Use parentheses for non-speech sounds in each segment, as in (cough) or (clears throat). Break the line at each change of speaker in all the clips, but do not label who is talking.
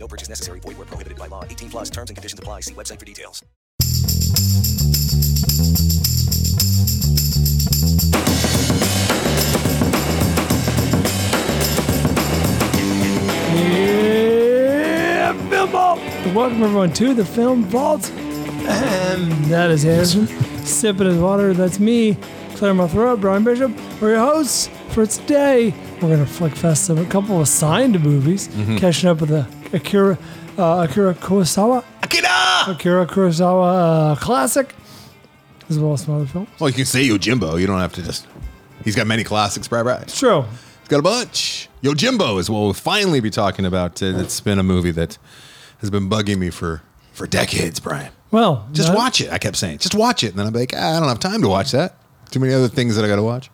No purchase necessary. Void where prohibited by law. 18 plus terms and conditions apply. See website for details.
Yeah, film vault. Welcome everyone to the film vault. Ahem, that is Anderson sipping his water. That's me, Claire Mothra, Brian Bishop. We're your hosts for today. We're gonna flick fest some a couple of signed movies,
Mm-hmm.
catching up with the Akira uh, Akira Kurosawa
Akira!
Akira Kurosawa uh, classic, as well as some other films.
Well, you can say Yojimbo. You don't have to just. He's got many classics, Brad. Right?
True.
He's got a bunch. Yojimbo is what we'll finally be talking about. Uh, it's been a movie that has been bugging me for for decades, Brian.
Well,
Just
that-
watch it. I kept saying, just watch it. And then I'm like, ah, I don't have time to watch that. Too many other things that I got to watch.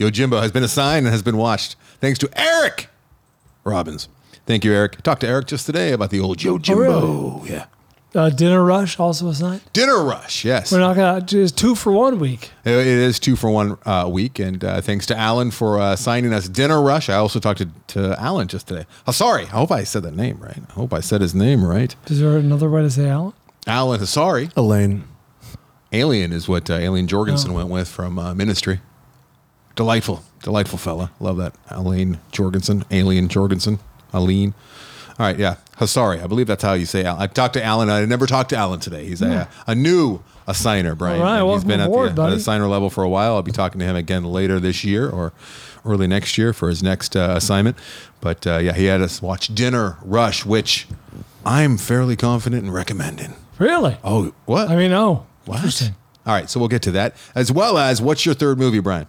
Yojimbo has been assigned and has been watched thanks to Eric Robbins. Thank you, Eric. Talked to Eric just today about the old Yojimbo. Yeah.
Uh, Dinner Rush also was signed.
Dinner Rush. Yes.
We're not gonna just two for one week.
It it is two for one uh, week, and uh, thanks to Alan for uh, signing us Dinner Rush. I also talked to, to Alan just today. Oh, sorry. I hope I said the name right. I hope I said his name right.
Is there another way to say Alan?
Alan Sorry,
Elaine.
Alien is what uh, Alien
Oh.
Jorgensen went with from uh, Ministry. Delightful, delightful fella. Love that. Alien Jorgensen. Alien Jorgensen. Aline. All right, yeah. Hasari. I believe that's how you say Al. I talked to Alan. I never talked to Alan today. He's a, a new assigner, Brian.
Hmm. All right,
And He's
welcome
been at
aboard,
the, at
buddy.
the assigner level for a while. I'll be talking to him again later this year or early next year for his next uh, assignment. But uh, yeah, he had us watch Dinner Rush, which I'm fairly confident in recommending.
Really?
Oh, what?
I mean, oh,
What? All right, so we'll get to that as well as what's your third movie, Brian?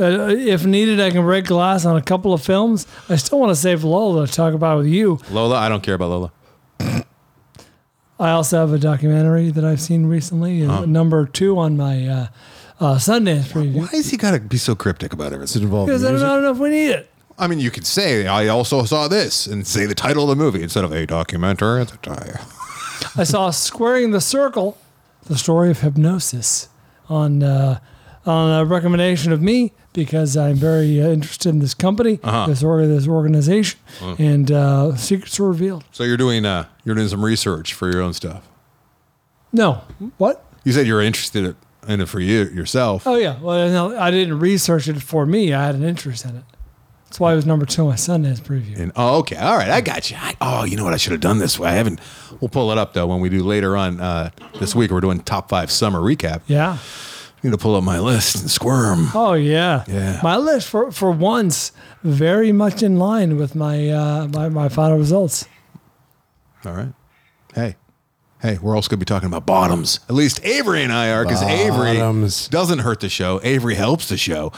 Uh, if needed, I can break glass on a couple of films. I still want to save Lola to talk about with you.
Lola. I don't care about Lola.
I also have a documentary that I've seen recently, uh, number two on my uh, uh, Sundance preview.
Why has he got to be so cryptic about
Does
everything?
it involve
Because I don't,
music?
I don't know if we need it.
I mean, you could say I also saw this and say the title of the movie instead of a documentary at the time.
I saw Squaring the Circle, the story of hypnosis, on uh, on a recommendation of me because I'm very uh, interested in this company, this or this organization, and uh, secrets were revealed.
So you're doing uh, you're doing some research for your own stuff.
No, what?
You said you're interested in it for you yourself.
Oh yeah. Well, no, I didn't research it for me. I had an interest in it. That's why it was number two on my Sundance preview.
And oh, okay, all right, I got you. I, oh, you know what? I should have done this way. I haven't. We'll pull it up though when we do later on uh, this week. We're doing top five summer recap.
Yeah.
Need to pull up my list and squirm.
Oh yeah.
Yeah.
My list for for once very much in line with my uh, my, my final results.
All right. Hey, hey, we're also going to be talking about bottoms. At least Avery and I are, because Avery
Bottoms.
doesn't hurt the show. Avery helps the show,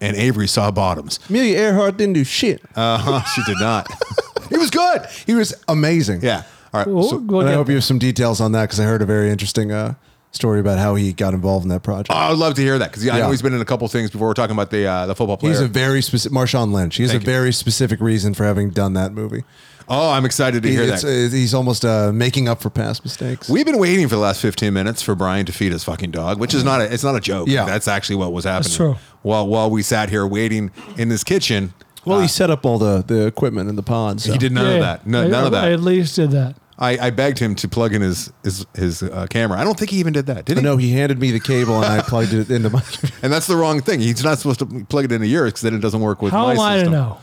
and Avery saw bottoms.
Amelia Earhart didn't do shit.
Uh huh. she did (laughs) not.
he was good. He was amazing.
Yeah. All right.
We'll-
So,
we'll
and I
get
hope you have some details on that because I heard a very interesting uh, story about how he got involved in that project.
I would Oh, love to hear that because I know
Yeah.
he's been in a couple things before. We're talking about the uh, the football
he
player.
has a very specific Marshawn Lynch. He has
Thank
a
you.
very specific reason for having done that movie.
oh, I'm excited to
He-
hear
it's,
that.
uh, he's almost uh, making up for past mistakes.
We've been waiting for the last 15 minutes for Brian to feed his fucking dog, which is not a, it's not a joke.
Yeah.
That's actually what was happening.
true.
While while we sat here waiting in this kitchen,
well, he set up all the, the equipment in the pond. So.
Ah. he did none
Yeah.
of that. No,
I-
none of that.
I at least did that.
I, I begged him to plug in his his, his uh, camera. I don't think he even did that, did he?
No, he handed me the cable and I plugged it into my. (laughs)
And that's the wrong thing. He's not supposed to plug it into yours because then it doesn't work with
How
my
am I to
system.
know?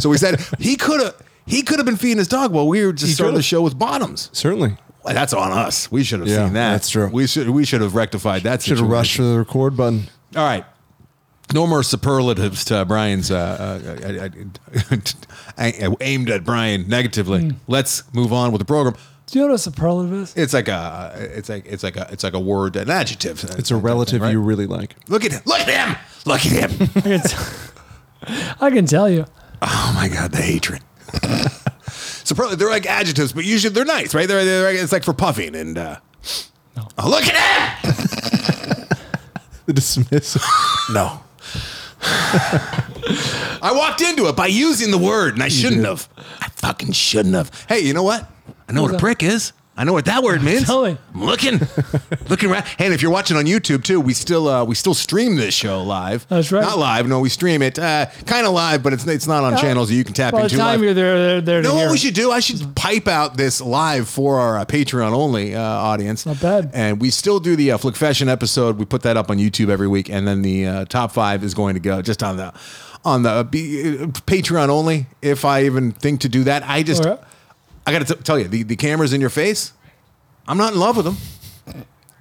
So we said he could have he could have been feeding his dog while we were just starting
could've.
the show with bottoms.
Certainly.
Well, that's on us. We should have
Yeah,
seen that.
that's true.
We should we should have rectified that.
Should have
situation.
rushed for the record button.
All right. No more superlatives to Brian's uh, uh, I, I, I aimed at Brian negatively.
Hmm.
Let's move on with the program.
Do you know what a superlative is?
It's like a it's like it's like a it's like a word an adjective.
It's a relative
Right?
you
(laughs)
really like.
Look at him! Look at him! Look at him!
(laughs) It's, (laughs) I can tell you.
oh my god, the hatred. (laughs) so probably they're like adjectives, but usually they're nice, right? They're, they're it's like for puffing and. Uh, oh, look at him!
The dismissive. no.
I walked into it by using the word, and I shouldn't have. I fucking shouldn't have. Hey, you know what? I know what a prick is. I know what that word means.
(laughs) Tell me.
I'm looking, looking around. Hey, and if you're watching on YouTube too, we still uh, we still stream this show live.
That's right.
Not live. No, we stream it uh, kind of live, but it's it's not on channels that you can tap
By the
into.
time
live.
you're there, they're there to
know
hear
what
it.
we should do? I should pipe out this live for our uh, Patreon only uh, audience.
Not bad.
And we still do the uh, Flick Fashion episode. We put that up on YouTube every week, and then the uh, top five is going to go just on the on the uh, be, uh, Patreon only. If I even think to do that, I just
All right.
I got to tell you the the camera's in your face. I'm not in love with them,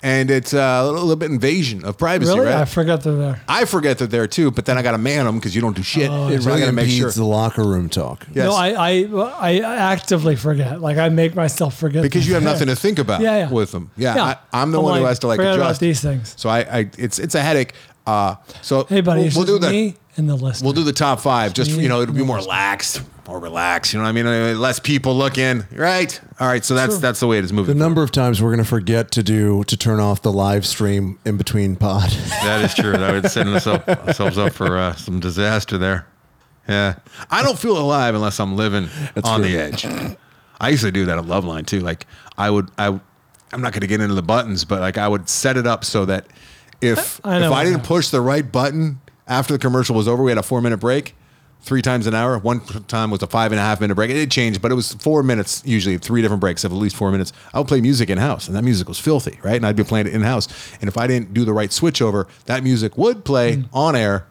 and it's uh, a little, little bit invasion of privacy.
Really?
Right?
I forgot they're there.
I forget that they're too, but then I got to man them because you don't do shit.
Oh,
It
so I
really
got to make
impedes
sure.
the locker room talk.
Yes.
No, I, I I actively forget. Like I make myself forget
because you have
things.
nothing
(laughs)
to think about
Yeah, yeah.
with them. Yeah,
Yeah.
I, I'm the
I'm
one who
like,
has to like
forget
adjust
about these things.
So I, I it's it's a headache. Uh, so
Hey, buddy,
we'll,
it's
we'll do
just
the
me and the list.
we'll do the top five. Just
me
you know,
and
it'll be
the
more
list.
relaxed, more relaxed. You know what I mean? Uh, Less people look in, right? All right, so that's that's the way it is
The
moving.
number of times we're going to forget to do to turn off the live stream in between pod.
That is true. That would set ourselves up for uh, some disaster there. Yeah, I don't feel alive unless I'm living on
true.
the edge. I used to do that at Loveline too. Like I would, I, I'm not going to get into the buttons, but like I would set it up so that if
I know
if
what
I didn't
happened.
push the right button after the commercial was over, we had a four minute break. Three times an hour. One time was a five and a half minute break. It did change, but it was four minutes usually, three different breaks of at least four minutes. I would play music in house, and that music was filthy, right? And I'd be playing it in house. And if I didn't do the right switch over, that music would play on air,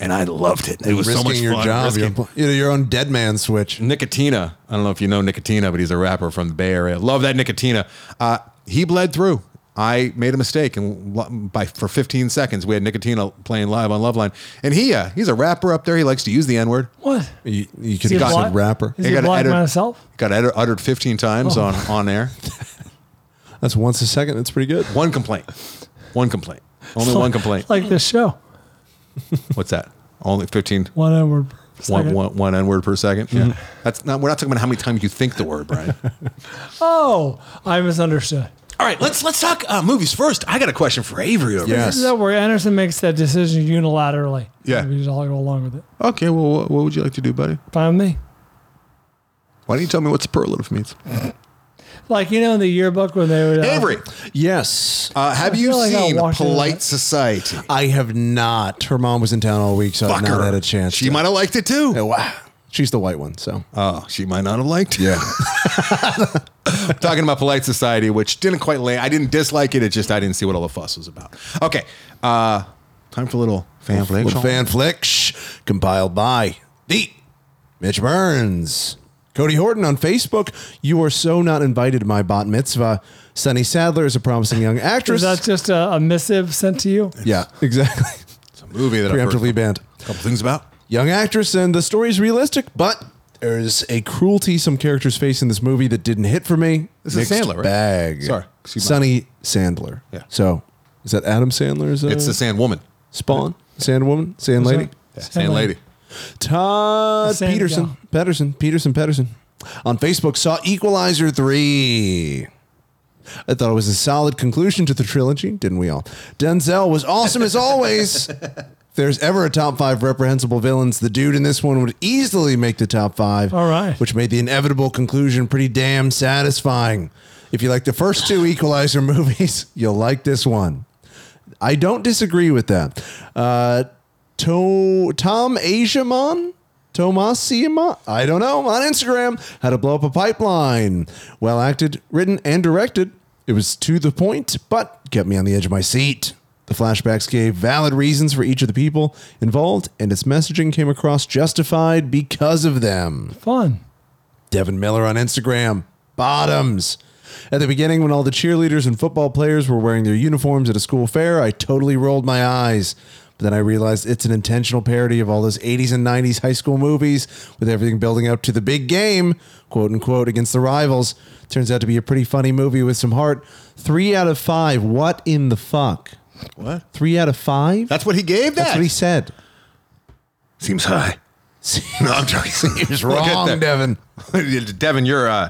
and I loved (laughs) it. It was so much
Mm. your
fun.
job,
risking- Mm-hmm.
your, you know, your own dead man switch.
Nicotina. I don't know if you know Nicotina, but he's a rapper from the Bay Area. Love that Nicotina. Uh, he bled through. I made a mistake, and lo- by for 15 seconds we had Nicotina playing live on Loveline, and he uh, he's a rapper up there. He likes to use the N word.
What?
You, you
Is
could
he,
have
a
got
black?
got a rapper.
Is
It
he a
got
black
added-
myself?
Got utter- uttered 15 times on on (laughs) air.
That's once a second. That's pretty good.
One complaint. One complaint. Only one complaint.
(laughs) Like this show.
What's that? Only 15.
One N-word.
One,
Second.
one, one N word per second. Yeah. That's not, we're not talking about how many times you think the word, Brian.
Oh, I misunderstood.
All right, (laughs) let's let's talk uh, movies first. I got a question for Avery over
Yes.
This is that where Anderson makes that decision unilaterally.
Yeah.
We just all go along with it.
Okay, well, what, what would you like to do, buddy?
Fine with me.
Why don't you tell me what superlative means?
Like, you know, in the yearbook when they would. uh,
Avery,
Yes,
uh, have
I
you
feel like I
seen
walked into
Polite
that.
Society?
I have not. Her mom was in town all week, so I've
Fucker.
not had a chance.
She
to-
might have liked it too.
Oh, wow. She's the white one, so
Oh, she might not have liked it. Yeah. (laughs) Talking about Polite Society, which didn't quite land. I didn't dislike it. It just I didn't see what all the fuss was about. Okay, uh, time for a little fan flick.
Little fan flick shh, compiled by the Mitch Burns. Cody Horton on Facebook. You are so not invited to my bat mitzvah. Sunny Sadler is a promising young actress.
Is that just a, a missive sent to you?
yeah, exactly.
It's a movie that I've
Preemptively
heard
banned.
a couple things about.
Young actress, and the story is realistic, but there's a cruelty some characters face in this movie that didn't hit for me.
This is
Mixed
Sandler, right?
Bag.
Sorry, excuse me.
Sunny Sandler.
Yeah.
So is that Adam Sandler? Is that
It's the Sand Woman,
Spawn? Sand woman? Uh, Sand lady?
yeah, Sand Lady.
Todd
Same
Peterson,
gal.
Peterson, Peterson, Peterson on Facebook saw Equalizer 3. I thought it was a solid conclusion to the trilogy, didn't we all? Denzel was awesome
(laughs)
as always. If there's ever a top five reprehensible villains, the dude in this one would easily make the top five.
All right.
Which made the inevitable conclusion pretty damn satisfying. If you like the first two Equalizer (laughs) movies, you'll like this one. I don't disagree with that. Uh, to- Tom Asiamon? Tomas Siamon? I don't know. On Instagram, how to blow up a pipeline. Well acted, written, and directed. It was to the point, but kept me on the edge of my seat. The flashbacks gave valid reasons for each of the people involved, and its messaging came across justified because of them.
Fun.
Devin Miller on Instagram. Bottoms. At the beginning, when all the cheerleaders and football players were wearing their uniforms at a school fair, I totally rolled my eyes. But then I realized it's an intentional parody of all those 80s and 90s high school movies with everything building up to the big game, quote unquote, against the rivals. Turns out to be a pretty funny movie with some heart. Three out of five. What in the fuck?
What?
Three out of five?
That's what he gave that.
That's what he said.
Seems (laughs) high. No, I'm
(laughs)
joking. Seems
Wrong, Devin.
(laughs) Devin, your uh,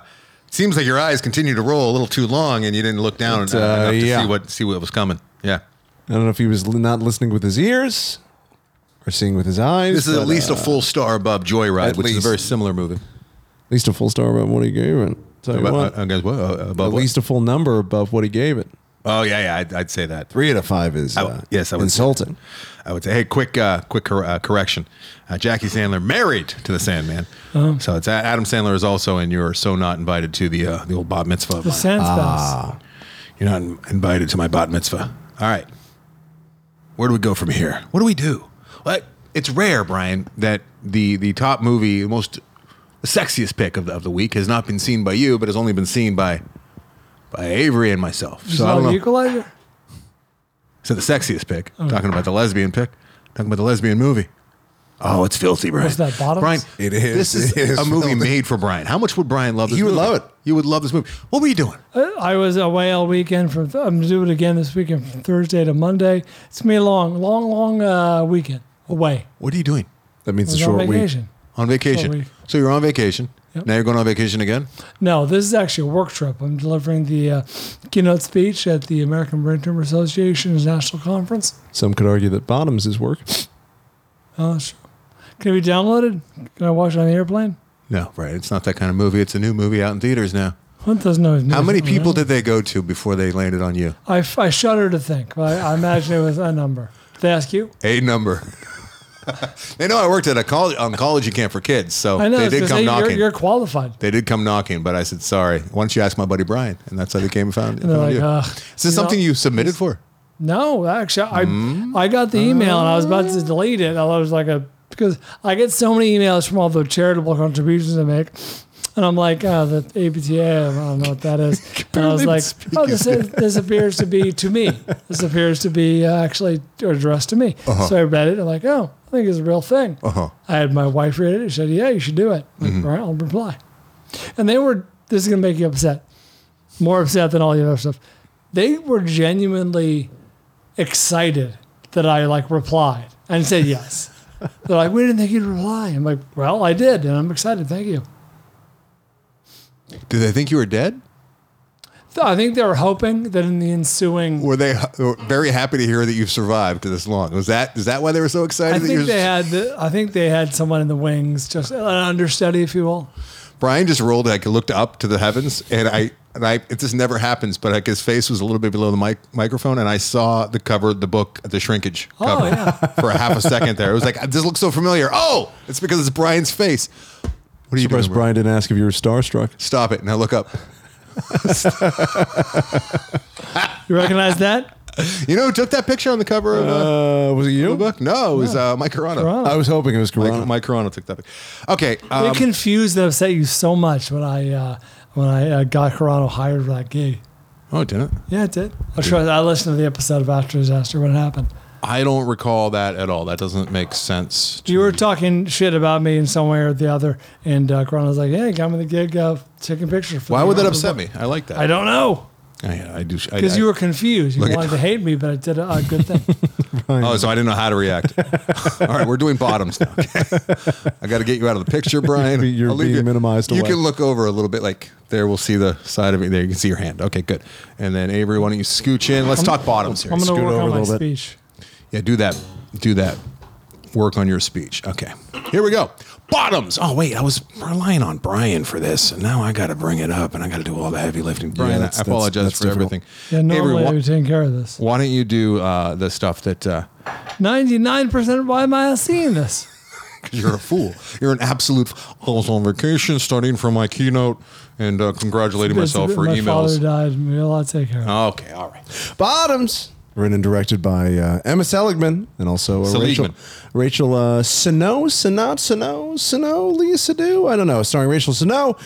seems like your eyes continue to roll a little too long, and you didn't look down
It's,
uh,
uh,
enough to
yeah.
see what see what was coming. Yeah,
I don't know if he was li- not listening with his ears or seeing with his eyes.
this is
but,
at least
uh,
a full star above Joyride,
at
which is
least.
a very similar movie.
at least a full star above what he gave it. Tell you
About,
what,
uh, guys, what? Uh, above
at
what?
least a full number above what he gave it.
Oh yeah, yeah. I'd, I'd say that.
Three out of five is
I-
uh,
yes, I would say
insulting.
I would say, hey, quick, uh, quick cor- uh, correction. Uh, Jackie Sandler married to the Sandman, so it's A- Adam Sandler is also in your so not invited to the uh, the old bat mitzvah. of
The
mine.
sand
Ah,
spouse.
You're not in- invited to my bat mitzvah. All right, where do we go from here? What do we do? Well, it's rare, Brian, that the the top movie, the most the sexiest pick of the, of the week, has not been seen by you, but has only been seen by by Avery and myself.
Just
So I
love
don't know.
equalizer.
So the sexiest pick. Talking about the lesbian pick. Talking about the lesbian movie. Oh, it's filthy, Brian.
What's that, Bottoms?
Brian,
It is,
This is,
(laughs) it is
a movie
filthy.
made for Brian. How much would Brian love this?
You would
movie?
love it.
You would love this movie. What were you doing?
Uh, I was away all weekend from. Th- I'm gonna do it again this weekend from Thursday to Monday. It's gonna be a long, long, long uh, weekend away.
What are you doing
That means
I
a
was
short
on
week.
vacation.
on vacation?
week.
So you're on vacation. Now you're going on vacation again.
No, this is actually a work trip. I'm delivering the uh, keynote speech at the American Brain Tumor Association's national conference.
Some could argue that bottoms is work.
Oh, that's true. Can it be downloaded? Can I watch it on the airplane?
No, Brian. It's not that kind of movie. It's a new movie out in theaters now.
Hunt doesn't know. his
How
music,
many
you know?
people did they go to before they landed on you?
I, f- I shudder to think. but I, I imagine it was a number. Did they ask you?
A number. (laughs) they know I worked at a college oncology camp for kids, so
I know.
they
it's
did
'cause
come knocking.
You're, you're qualified.
They did come knocking, but I said sorry. Why don't you ask my buddy Brian? And that's how they came and found,
And they're
found
like,
you.
"Ugh,
Is this
you
something
know."
you submitted for?
No, actually, I I got the email and I was about to delete it. I was like a because I get so many emails from all the charitable contributions I make, and I'm like, oh, the APTA, I don't know what that is. and I was like, oh, this, is, this appears to be to me. This appears to be uh, actually addressed to me. So I read it. I'm like, oh, I think it's a real thing.
Uh-huh.
I had my wife read it. She said, yeah, you should do it. I'm Like, all right, I'll reply. And they were. This is gonna make you upset, more upset than all the other stuff. They were genuinely excited that I like replied and said yes. They're like, we didn't think you'd reply. I'm like, well, I did, and I'm excited. Thank you.
Did they think you were dead?
So I think they were hoping that in the ensuing,
Were they h- were very happy to hear that you've survived this long? Was that is that why they were so excited?
I
that you're,
think they had, the, I think they had someone in the wings, just an understudy, if you will.
Brian just rolled. I looked up to the heavens, and I and I. It just never happens, but like his face was a little bit below the mic, microphone, and I saw the cover, of the book, the shrinkage
Oh,
cover
yeah.
(laughs) for a half a second there. It was like this looks so familiar. Oh, it's because it's Brian's face. What are you
Surprised
doing, Brian?
Brian didn't ask if you were starstruck.
Stop it! Now look up.
You recognize that?
You know who took that picture on the cover of uh,
Uh, was it
the
you?
book? No, it was uh, Mike Carano.
Carano.
I was hoping it was
Mike,
Corona.
Mike Carano took that. picture. Okay, um,
it confused and upset you so much when I uh, when I uh, got Carano hired for that gig.
oh, it didn't
Yeah, it did. I'm sure I listened to the episode of After Disaster when it happened.
I don't recall that at all. That doesn't make sense.
You were talking shit about me in some way or the other, and uh, Corona was like, "Hey, got me the gig uh, of taking pictures." For
Why
the
would that
Rock
upset
of-
me? I like that.
I don't know
I, I do. I-
because
I-
you were confused. You
Look at- (laughs)
wanted to hate me, but I did a, a good thing.
Oh, so I didn't know how to
(laughs)
react. all right, we're doing bottoms now. Okay? I got to get you out of the picture, Brian.
(laughs) You're
I'll leave
being minimized
You
away.
can look over a little bit, like there. We'll see the side of it. There, you can see your hand. Okay, good. And then Avery, why don't you scooch in? Let's talk bottoms here.
I'm going to
scoot
work
over a
on my
little bit.
speech.
Yeah, do that. Do that. Work on your speech. Okay. Here we go. Bottoms. Oh wait, I was relying on Brian for this, and now I got to bring it up, and I got to do all the heavy lifting. Brian,
that's-
I apologize
that's- that's
for
difficult.
everything.
Yeah, normally
Avery,
I
why,
would take care of this.
why don't you do uh, the stuff that? Uh,
99%. Why am I seeing this?
Because you're a fool. You're an absolute. f- I was on vacation studying for my keynote and uh, congratulating
It's-
myself for
my father
emails. Oh,
died. and We'll all take care of it.
Okay, all right.
Bottoms. Written and directed by uh, Emma Seligman and also uh, Rachel
Seligman.
Rachel uh, Sano, Sanat, Sano, Sano, Leah Sadu. I don't know. Starring Rachel Sano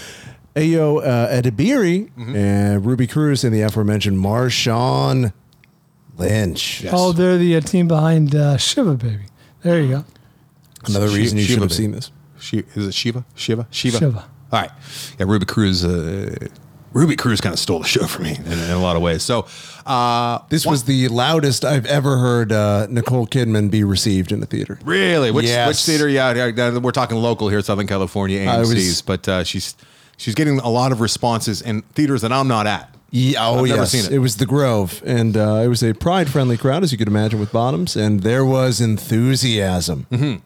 Ayo uh, Edibiri
Mm-hmm.
and Ruby Cruz and the aforementioned Marshawn Lynch.
Oh, they're the uh, team behind uh, Shiva Baby. There you go.
Another
Shi-
reason you
Shiva
should have
Baby.
seen this.
She, is it Shiva? Shiva? Shiva?
Shiva.
All right. Yeah, Ruby Cruz. Uh, Ruby Cruz kind of stole the show from me in, in a lot of ways. So uh,
This was the loudest I've ever heard uh, Nicole Kidman be received in a theater.
Really? Which
Yes.
which theater? Yeah, yeah, yeah, we're talking local here, Southern California
I
AMC's,
was-
but uh, she's she's getting a lot of responses in theaters that I'm not at.
Yeah, oh
I've never
yes,
seen it.
was the Grove, and uh, it was a pride-friendly crowd, as you could imagine, with bottoms, and there was enthusiasm
Mm-hmm.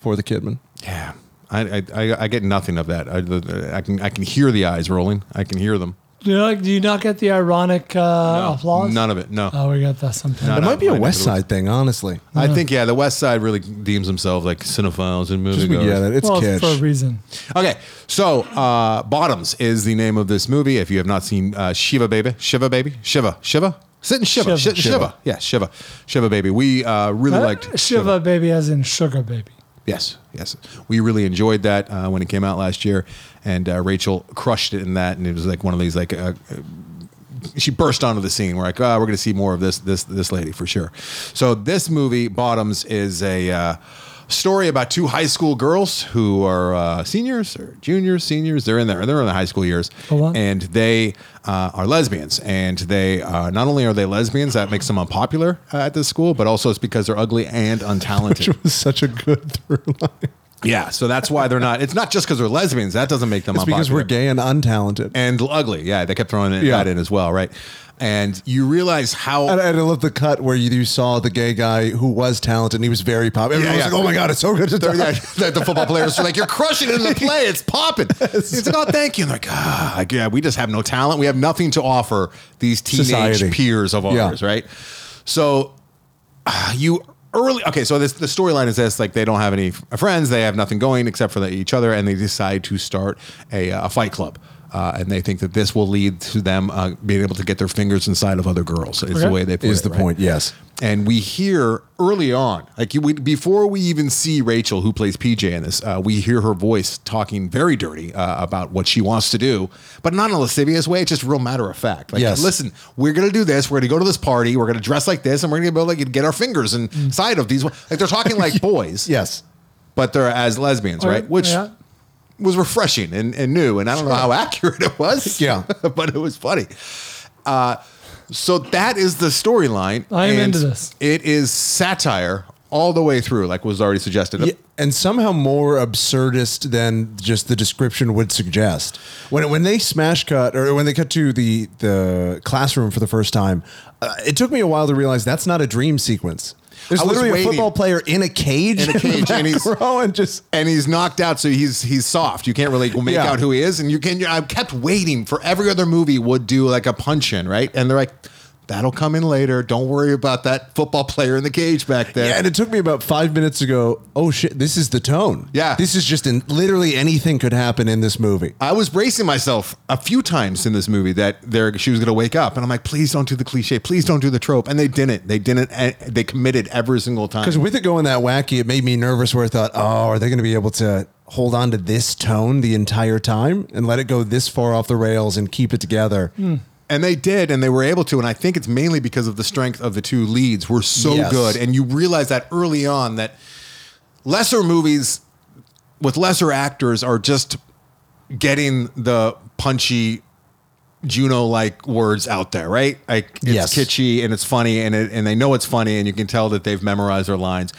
for the Kidman.
Yeah, I I, I, I get nothing of that. I, the- I can I can hear the eyes rolling. I can hear them.
Do you, like, do you not get the ironic uh, applause?
None of it. No.
Uh,
Oh, we got that sometime.
No,
It
no.
might be a
I
West
never
Side thing, honestly.
I think yeah, the West Side really deems themselves like cinephiles and
Just-
moviegoers.
yeah, that- it's
well,
kitsch.
for a
(laughs)
reason.
Okay, so uh, Bottoms is the name of this movie. If you have not seen uh, Shiva Baby, Shiva Baby, Shiva, Shiva, sit and
Shiva.
Shiva, Shiva, Shiva.
Shiva.
yeah, Shiva, Shiva Baby. We uh, really
Uh,
liked
Shiva, Baby, as in Sugar Baby.
Yes, yes, we really enjoyed that uh, when it came out last year, and uh, Rachel crushed it in that, and it was like one of these like. Uh, uh, she burst onto the scene. We're like, oh, we're going to see more of this this this lady for sure. So this movie, Bottoms, is a uh, story about two high school girls who are uh, seniors or juniors, seniors. They're in there. They're in the high school years,
Hold on.
and they uh, are lesbians. And they uh, not only are they lesbians, that makes them unpopular uh, at this school, but also it's because they're ugly and untalented.
It was such a good through line.
Yeah, so that's why they're not. It's not just because they're lesbians. That doesn't make them
It's because
unpopular.
we're gay and untalented.
and ugly. Yeah, they kept throwing it,
Yeah.
that in as well, right? And you realize how
And, and I love the cut where you, you saw the gay guy who was talented. and He was very popular. Everyone
Yeah,
was
yeah.
like, "Oh my god, it's so good (laughs) to
they're-
die."
yeah, (laughs) that the football players are like, "You're crushing it in the play. It's
(laughs)
popping." It's like, "Oh, thank you." And they're like, ah, like, "Yeah, we just have no talent. We have nothing to offer these teenage
Society.
peers of
Yeah.
ours, right?" So ah, you early okay so this the storyline is this like they don't have any f- friends they have nothing going except for the, each other and they decide to start a, uh, a fight club uh, and they think that this will lead to them uh, being able to get their fingers inside of other girls is the
Okay.
way they put
Is
it,
the
right?
point? Yes.
and we hear early on, like you- we, before we even see Rachel, who plays PJ in this, uh, we hear her voice talking very dirty uh, about what she wants to do, but not in a lascivious way. It's just real matter of fact. Like,
Yes.
listen, we're gonna do this. We're gonna go to this party. We're gonna dress like this, and we're gonna be able to get our fingers inside of these. Like they're talking like boys,
Yes.
but they're as lesbians, right? Which
Yeah.
was refreshing and, and new. And I don't know how accurate it was.
Yeah.
(laughs) but it was funny. Uh, so that is the storyline.
I am
and
into this.
It is satire all the way through, like was already suggested.
Yeah, and somehow more absurdist than just the description would suggest. When when they smash cut or when they cut to the the classroom for the first time, uh, it took me a while to realize that's not a dream sequence. There's
I was
literally a
waiting.
football player (laughs) in a cage
In a
the
cage, and
back
he's-
row and just
And he's knocked out, so he's he's soft. You can't really make
Yeah.
out who he is. And you can. I kept waiting for every other movie would do like a punch in, right? And they're like, "That'll come in later. Don't worry about that football player in the cage back there."
yeah, and it took me about five minutes to go. Oh shit! This is the tone.
Yeah.
this is just in literally anything could happen in this movie.
I was bracing myself a few times in this movie that there she was going to wake up, and I'm like, please don't do the cliche, please don't do the trope, and they didn't. They didn't. And they committed every single time.
Because with it going that wacky, it made me nervous where I thought, oh, are they going to be able to hold on to this tone the entire time and let it go this far off the rails and keep it together?
And they did, and they were able to. And I think it's mainly because of the strength of the two leads were so
Yes.
good, and you realize that early on that lesser movies with lesser actors are just getting the punchy Juno like words out there, right? Like it's
Yes.
kitschy and it's funny and it, and they know it's funny and you can tell that they've memorized their lines.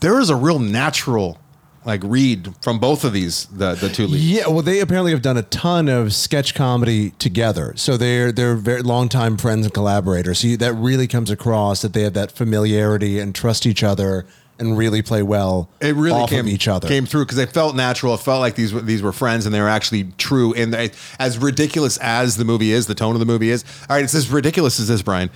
There is a real natural like read from both of these the the two leads.
Yeah, well, they apparently have done a ton of sketch comedy together, so they're they're very longtime friends and collaborators. So you, that really comes across that they have that familiarity and trust each other and really play well.
It really
off
came
of each other.
came through because they felt natural. It felt like these were- these were friends and they were actually true. And they, as ridiculous as the movie is, the tone of the movie is. All right, it's as ridiculous as this, Brian.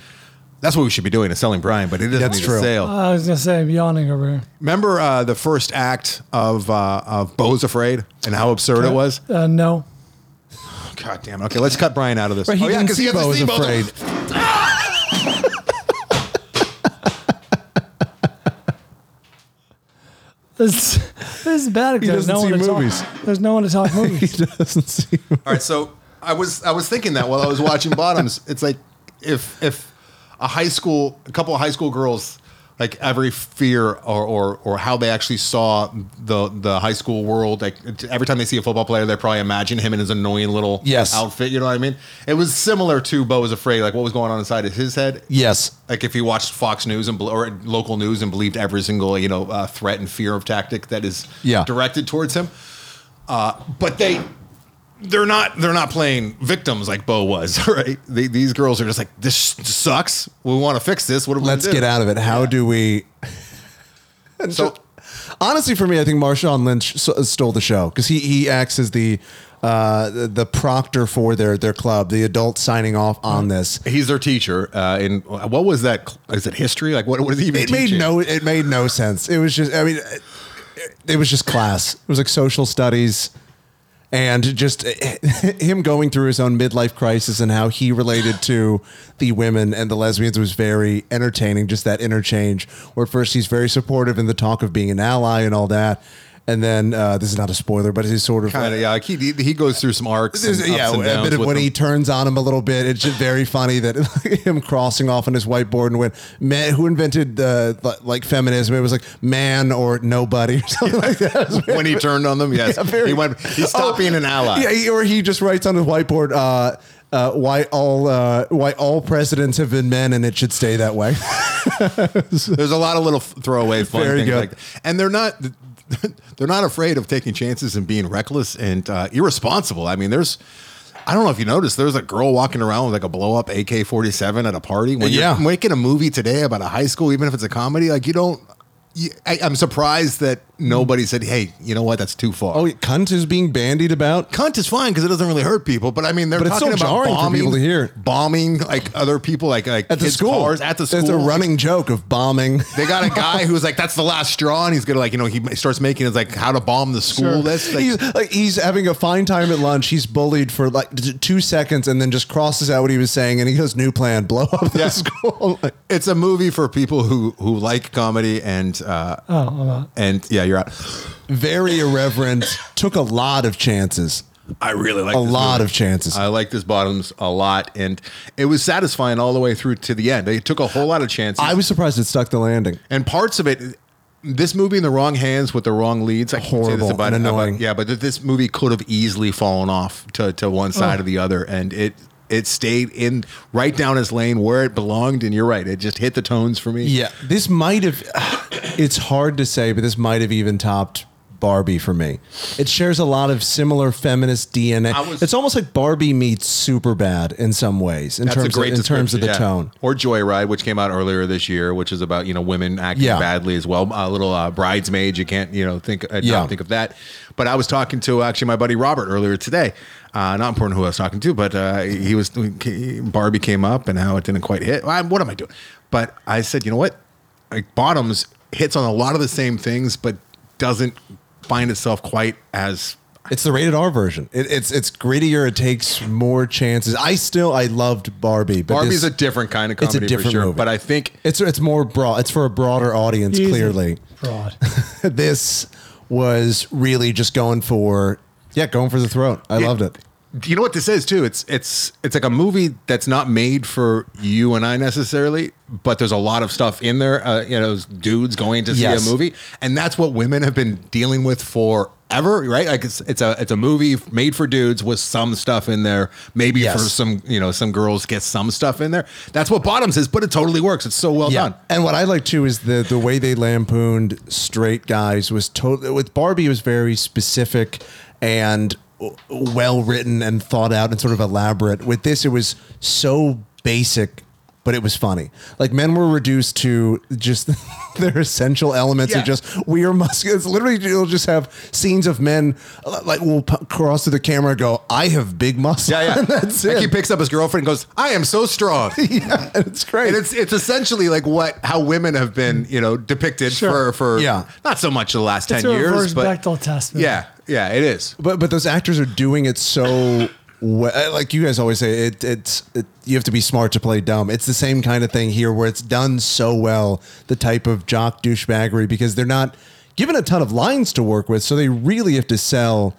That's what we should be doing is selling Brian, but it doesn't
That's
need
true.
a sale.
I was going to say, I'm yawning over here.
Remember uh, the first act of uh, of Bo's Afraid and how absurd it was.
Uh, no.
Oh, God damn it! Okay, let's cut Brian out of this. Oh,
Right, he didn't see
had the
Bo was
Zebo.
afraid.
This, this is bad. 'cause
He
there's
doesn't see
one to talk-
movies.
There's no one to
(laughs)
talk
he
movies.
doesn't see.
All right, so I was I was thinking that while I was watching Bottoms, it's like if if a high school, a couple of high school girls, like every fear or or, or how they actually saw the the high school world, like every time they see a football player, they probably imagine him in his annoying little
Yes.
outfit. You know what I mean? It was similar to Bo was afraid, like what was going on inside of his head.
Yes.
Like if you watched Fox News and bel- or local news and believed every single you know uh, threat and fear of tactic that is
Yeah.
directed towards him, uh, but they they're not they're not playing victims like Bo was, (laughs) right? They, these girls are just like this sucks. We want to fix this. What do we
Let's
do?
get out of it. How do we?
So
Honestly, for me, I think Marshawn Lynch s- uh, stole the show because he he acts as the uh, the- the proctor for their their club, the adult signing off on this.
he's their teacher. Uh, and what was that? cl- Is it history? Like what? What is he even?
It made
teaching?
no it made no sense. It was just I mean, it, it was just class. It was like social studies. And just (laughs) him going through his own midlife crisis and how he related to the women and the lesbians was very entertaining. Just that interchange, where at first he's very supportive in the talk of being an ally and all that, and then uh, this is not a spoiler, but he's sort of
Kind of yeah. Like he he goes through some arcs.
there's-
and ups
yeah,
and
a
downs
bit of
with
when
them.
he turns on him a little bit. It's just very funny that (laughs) him crossing off on his whiteboard and went, "Man, who invented the li- like feminism?" It was like man or nobody or (laughs) something like that.
(laughs) when he turned on them. Yes,
(laughs) Yeah, very-
he went. He stopped
Oh,
being an ally.
Yeah, he- or he just writes on his whiteboard. Uh, uh, why all uh, why all presidents have been men and it should stay that way. (laughs)
There's a lot of little f- throwaway fun
Very
things
good.
like that. And they're not (laughs) they're not afraid of taking chances and being reckless and uh, irresponsible. I mean, there's I don't know if you noticed, there's a girl walking around with like a blow up AK 47 at a party. When
Yeah.
you're making a movie today about a high school, even if it's a comedy, like you don't. You, I, I'm surprised that nobody said, hey, you know what? That's too far.
oh, cunt is being bandied about.
Cunt is fine because it doesn't really hurt people, but I mean they're
But it's
talking
so
about
jarring for
bombing,
people to hear.
bombing like other people, like like
At the
kids'
school,
cars at the school.
It's a running joke of bombing.
They got a guy who's like, that's the last straw, and he's gonna like, you know, he starts making it's like how to bomb the school. That's like,
he's like he's having a fine time at lunch. He's bullied for like t- two seconds, and then just crosses out what he was saying, and he goes, "New plan, blow up the
Yeah.
school." (laughs) Like,
(laughs) it's a movie for people who who like comedy and uh
Oh, I'm out.
and yeah, you're out.
very irreverent. took a lot of chances.
I really like
A
this
lot
movie.
of chances.
I like this bottoms a lot, and it was satisfying all the way through to the end. They took a whole lot of chances.
I was surprised it stuck the landing.
and parts of it this movie in the wrong hands with the wrong leads I can't say
Horrible
this about
and annoying.
about- yeah but th- this movie could have easily fallen off to, to one side or the other and it it stayed in right down its lane where it belonged and you're right it just hit the tones for me
Yeah, this might have. (sighs) It's hard to say, but this might have even topped Barbie for me. It shares a lot of similar feminist DNA.
I was-
it's almost like Barbie meets Superbad in some ways, in
That's
terms
a great
of, in terms of the
description, yeah.
tone.
Or Joyride, which came out earlier this year, which is about you know women acting
Yeah.
badly as well. A little uh, bridesmaid, you can't you know think uh,
Yeah.
not think of that. But I was talking to actually my buddy Robert earlier today. Uh, not important who I was talking to, but uh, he was Barbie came up and how it didn't quite hit. i what am I doing? But I said, you know what? Like Bottoms hits on a lot of the same things, but doesn't find itself quite as
It's the rated R version. It, it's it's grittier. It takes more chances. I still I loved Barbie. But
Barbie's
this-
a different kind of
it's a
comedy for
different
sure.
movie.
But I think
It's it's more broad. It's for a broader audience.
Easy.
Clearly, (laughs)
(laughs)
Broad.
this was really just going for yeah, going for the throat. I loved it.
you know what this is too it's it's it's like a movie that's not made for you and i necessarily but there's a lot of stuff in there uh, you know those dudes going to see
Yes.
a movie and that's what women have been dealing with forever right like it's it's a it's a movie made for dudes with some stuff in there maybe
Yes.
for some you know some girls get some stuff in there that's what bottoms is but it totally works it's so well done
And what I like too is the the way they lampooned straight guys was totally with Barbie it was very specific and well written and thought out and sort of elaborate. With this, it was so basic. But it was funny. Like men were reduced to just (laughs) their essential elements
Yeah.
of just we are muscular. It's literally you'll just have scenes of men like will p- cross to the camera and go, "I have big muscles."
yeah yeah
(laughs) And that's
like
it.
he picks up his girlfriend and goes i am so
(laughs)
strong
yeah, it's great.
And it's it's essentially like what how women have been, you know, depicted
Sure.
for for
Yeah.
not so much the last
It's a
ten years,
reverse
but
Bechdel test. man.
yeah, yeah, it is.
But but those actors are doing it so well. Like you guys always say, it it's it, you have to be smart to play dumb. It's the same kind of thing here, where it's done so well. The type of jock douchebaggery because they're not given a ton of lines to work with, so they really have to sell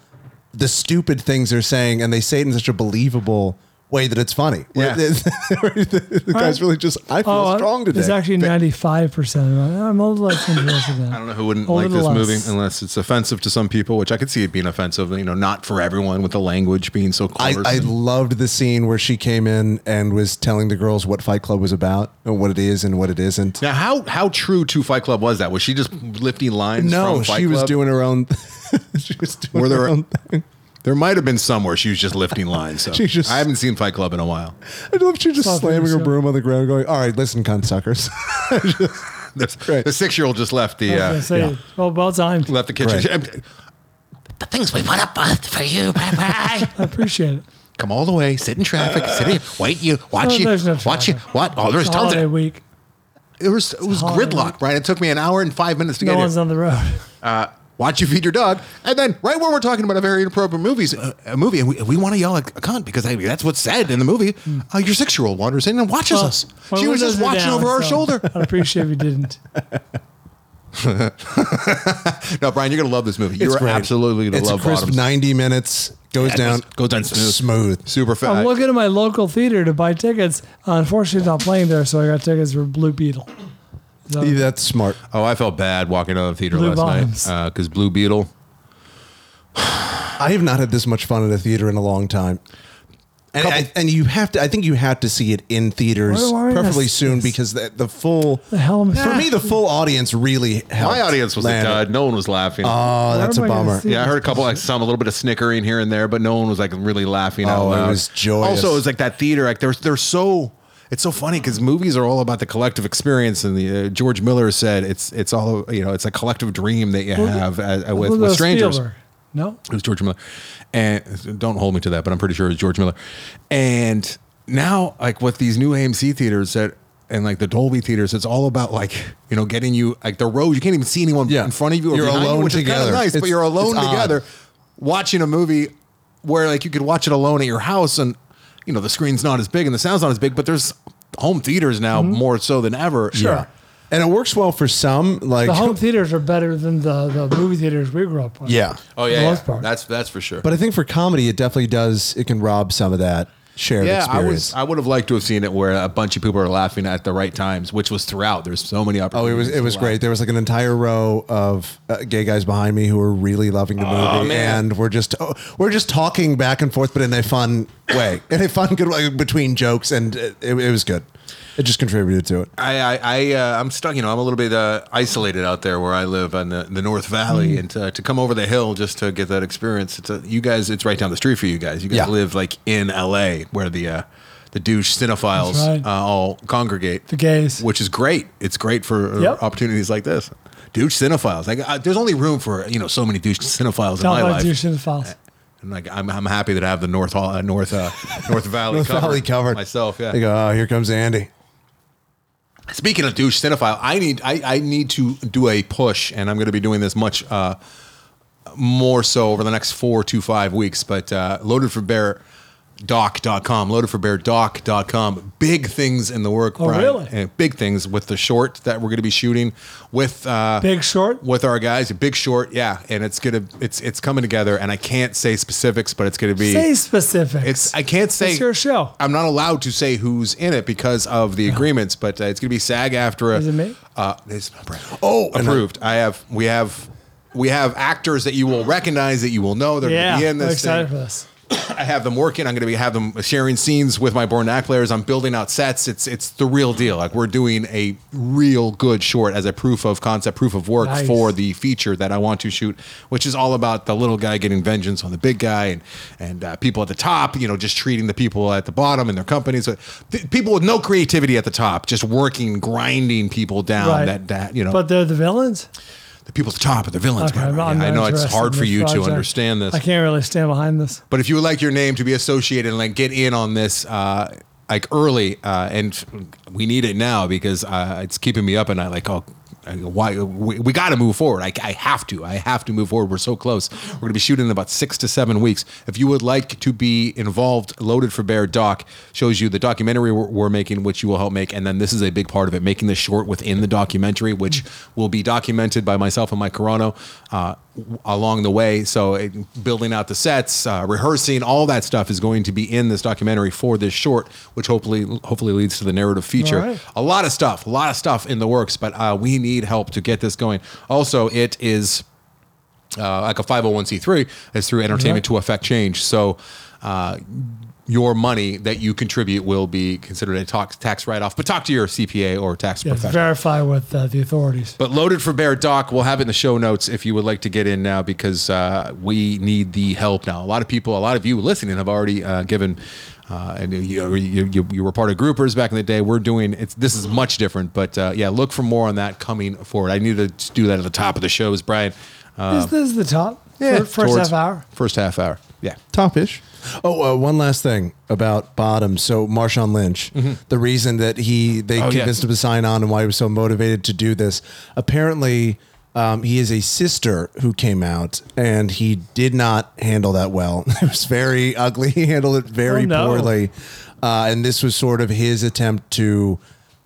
the stupid things they're saying, and they say it in such a believable way that it's funny.
Yeah.
the, (laughs) guy's really just I feel
Oh, I-
strong today.
It's actually ninety five percent. I'm a little less interested in that.
I don't know who wouldn't
A
like this
little
movie
less.
unless it's offensive to some people, which I could see it being offensive. You know, not for everyone with the language being so
I,
close.
I loved the scene where she came in and was telling the girls what Fight Club was about and what it is and what it isn't.
now, how how true to Fight Club was that? Was she just lifting lines?
No,
from Fight
she was
Club?
doing her own. (laughs) she was doing
Were
her
there
own thing.
there might have been some where she was just lifting lines. So
(laughs) She just-
I haven't seen Fight Club in a while.
I love she just
Saw
slamming her
video.
broom on the ground, going, "All right, listen, cunt suckers."
The,
Right.
the six year old just left the
I
uh,
was gonna say, Well, well timed.
left the kitchen.
the things we put up uh, for you. Bye bye.
I appreciate it.
(laughs) Come all the way, sit in traffic, sit in, wait you, watch
No,
you,
there's no
watch you,
traffic.
what? Oh, there's
It's
tons
holiday
of
week.
it. Was it was
holiday
gridlock,
week.
right? It took me an hour and five minutes to
No
get
one's
here.
on the road.
uh, watch you feed your dog, and then right when we're talking about a very inappropriate movies, uh, a movie, and we, we want to yell like a cunt because I, that's what's said in the movie.
Hmm.
Uh, your six year old wanders in and watches us.
My
She was
windows
just
are
watching
down,
over our
so
shoulder.
I'd appreciate if you didn't.
No, Brian, you're gonna love this movie. You're
great.
absolutely gonna
It's
love
a crisp
Bottoms.
ninety minutes. Goes
Yeah,
down.
goes- goes down smooth.
Smooth.
Super fat.
I'm looking at my local theater to buy tickets. Unfortunately, it's not playing there, so I got tickets for Blue Beetle. So,
Yeah, That's smart.
oh, I felt bad walking out of the theater
Blue
last
Bottoms.
night because Blue Beetle.
I have not had this much fun at a theater in a long time. And, I, and you have to. I think you have to see it in theaters
Why- why-
preferably
that's-
soon because the, the full.
the hell am I?
For me, the full audience really helped.
My audience was a
land it.
dud. No one was laughing.
Oh, that's a
am I gonna
bummer.
see
Yeah, I heard a couple like some a little bit of snickering here and there, but no one was like really laughing. out
Oh, it
loud.
was joyous.
Also, it was like that theater. Like there's they're so it's so funny because movies are all about the collective experience, and the uh, George Miller said it's it's all you know it's a collective dream that you have uh, uh, with,
Look
with
at
strangers.
Spielberg. No,
It was George Miller, and don't hold me to that, but I'm pretty sure it was George Miller. And now, like with these new AMC theaters that and like the Dolby theaters, it's all about like you know getting you like the rows. You can't even see anyone
Yeah.
in front of you. Or
You're
behind you,
alone
which is kinda
together.
nice, but
It's-
you're alone
it's odd.
together watching a movie where like you could watch it alone at your house, and you know the screen's not as big and the sound's not as big, but there's home theaters now
Mm-hmm.
more so than ever. Sure.
And it works well for some. Like
the home theaters are better than the, the movie theaters we grew up on.
Yeah.
Oh
For the
yeah,
most
yeah.
part.
that's that's for sure.
But I think for comedy, it definitely does. It can rob some of that shared
Yeah, I
experience.
was. I would have liked to have seen it where a bunch of people are laughing at the right times, which was throughout. There's so many
oh,
opportunities.
it was it
to
was
laugh.
great. There was like an entire row of uh, gay guys behind me who were really loving the movie,
Oh,
and we're just oh, we're just talking back and forth, but in a fun way, (laughs) in a fun good way between jokes, and uh, it, it, it was good. It just contributed to it.
I, I, I uh, I'm stuck. You know, I'm a little bit uh, isolated out there where I live on the, the North Valley,
Mm.
and to, to come over the hill just to get that experience. It's a, you guys. It's right down the street for you guys. You guys
Yeah.
live like in L.A. where the uh, the douche cinephiles
That's right.
uh, all congregate.
The gays.
which is great. It's great for uh,
Yep.
opportunities like this. Douche cinephiles. Like, I, there's only room for you know so many douche cinephiles
Talk
in my
about
life.
douche in the files.
And like I'm, I'm happy that I have the North Hall, uh, North uh, (laughs) North
(laughs)
Valley
North
covered
Valley covered
myself.
They
Yeah.
go, oh, here comes Andy.
Speaking of douche cinephile, I need I, I need to do a push, and I'm going to be doing this much uh, more so over the next four to five weeks. But uh, loaded for bear doc.com loaded for bear doc.com big things in the work
Oh,
Brian.
really?
And big things with the short that we're going to be shooting with uh
Big Short.
with our guys big short yeah and it's gonna it's it's coming together and i can't say specifics but it's gonna be
Say specifics.
it's I can't say
It's your show.
I'm not allowed to say who's in it because of the agreements, but uh, it's going to be SAG after.
Oh. Is it me?
Uh, it's not Brad. Oh, approved. I, have. We have. We have actors that you will recognize that you will know. They're
yeah,
going to be in
I'm
this.
excited
thing.
for this.
I have them working. I'm going to be have them sharing scenes with my Born Act players. I'm building out sets. It's it's the real deal. Like we're doing a real good short as a proof of concept, proof of work
Nice.
for the feature that I want to shoot, which is all about the little guy getting vengeance on the big guy and and uh, people at the top, you know, just treating the people at the bottom and their companies. So th- people with no creativity at the top, just working, grinding people down.
Right.
That that you know,
But they're the villains.
the people at the top are the villains.
Okay,
right?
I'm- I'm
Yeah, I
not
know it's
interested
hard
in
for
this
you to
project.
understand this.
I can't really stand behind this.
But if you would like your name to be associated and like get in on this, uh, like early, uh, and we need it now because uh, it's keeping me up at night. Like, oh, I go, Why we, we got to move forward? I, I have to. I have to move forward. We're so close. We're going to be shooting in about six to seven weeks. If you would like to be involved, loaded for bear doc shows you the documentary we're, we're making, which you will help make, and then this is a big part of it, making the short within the documentary, which will be documented by myself and Mike Carano uh, w- along the way. So it, building out the sets, uh, rehearsing, all that stuff is going to be in this documentary for this short, which hopefully hopefully leads to the narrative feature.
All right.
A lot of stuff, a lot of stuff in the works, but uh, we need help to get this going. Also, it is uh, like a 501c3 is through entertainment to affect change. So uh, your money that you contribute will be considered a tax, tax write off, but talk to your CPA or tax
Yeah,
professional.
verify with uh, the authorities.
But loaded for bear doc, we'll have it in the show notes if you would like to get in now because uh, we need the help now. A lot of people, a lot of you listening have already uh, given, uh, and you, you, you, you were part of groupers back in the day. We're doing it's this is much different, but uh, yeah, look for more on that coming forward. I needed to do that at the top of the shows, Brian. Uh,
this, this is the top.
yeah,
Fir- first
towards-
half hour.
First half hour. Yeah.
Topish. Oh, uh, one last thing about Bottom. So Marshawn Lynch,
Mm-hmm.
the reason that he
Oh,
they
yeah.
convinced him to sign on and why he was so motivated to do this. Apparently, um, he has a sister who came out, and he did not handle that well. (laughs) It was very ugly. He handled it very
Oh, no.
poorly, uh, and this was sort of his attempt to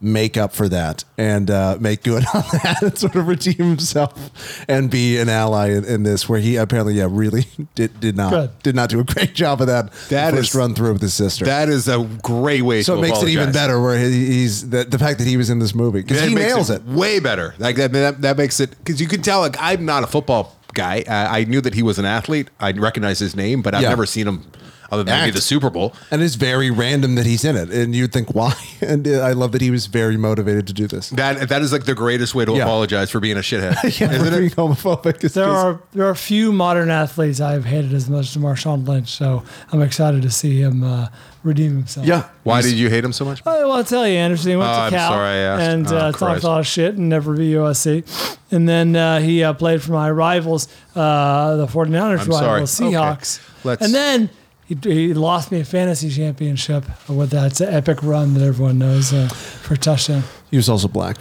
make up for that and uh, make good (laughs) on that and sort of redeem himself and be an ally in, in this where he apparently yeah really (laughs) did did not
Good.
did not do a great job of that.
That
the first
is-
run through with his sister.
That is a great way
so
to
it makes it even
apologize.
better where he, he's the, the fact that he was in this movie because
That
he
makes
nails it.
way better. Like that, that, that makes it because you can tell. Like I'm not a football guy. Uh, I knew that he was an athlete. I recognized his name, but I've
Yeah.
never seen him other than maybe
Act.
the Super Bowl.
And it's very random that he's in it, and you'd think why? (laughs) And uh, I love that he was very motivated to do this.
That that is like the greatest way to
Yeah.
apologize for being a (laughs) shithead.
(laughs) Yeah,
Isn't
we're
it?
being homophobic. It's
There
just-
are there are few modern athletes I've hated as much as Marshawn Lynch, so I'm excited to see him uh, redeem himself.
yeah.
Why did you hate him so much?
Oh, well, I'll tell you, Anderson. He went
Oh,
to
I'm
Cal
sorry I asked.
and
Oh,
uh, talked
Christ.
a lot of shit and never beat USC. And then uh, he uh, played for my rivals, uh, the 49ers
I'm sorry.
rivals, Seahawks.
Okay. Let's-
And then he, he lost me a fantasy championship with that epic run that everyone knows uh, for a touchdown.
He was also black.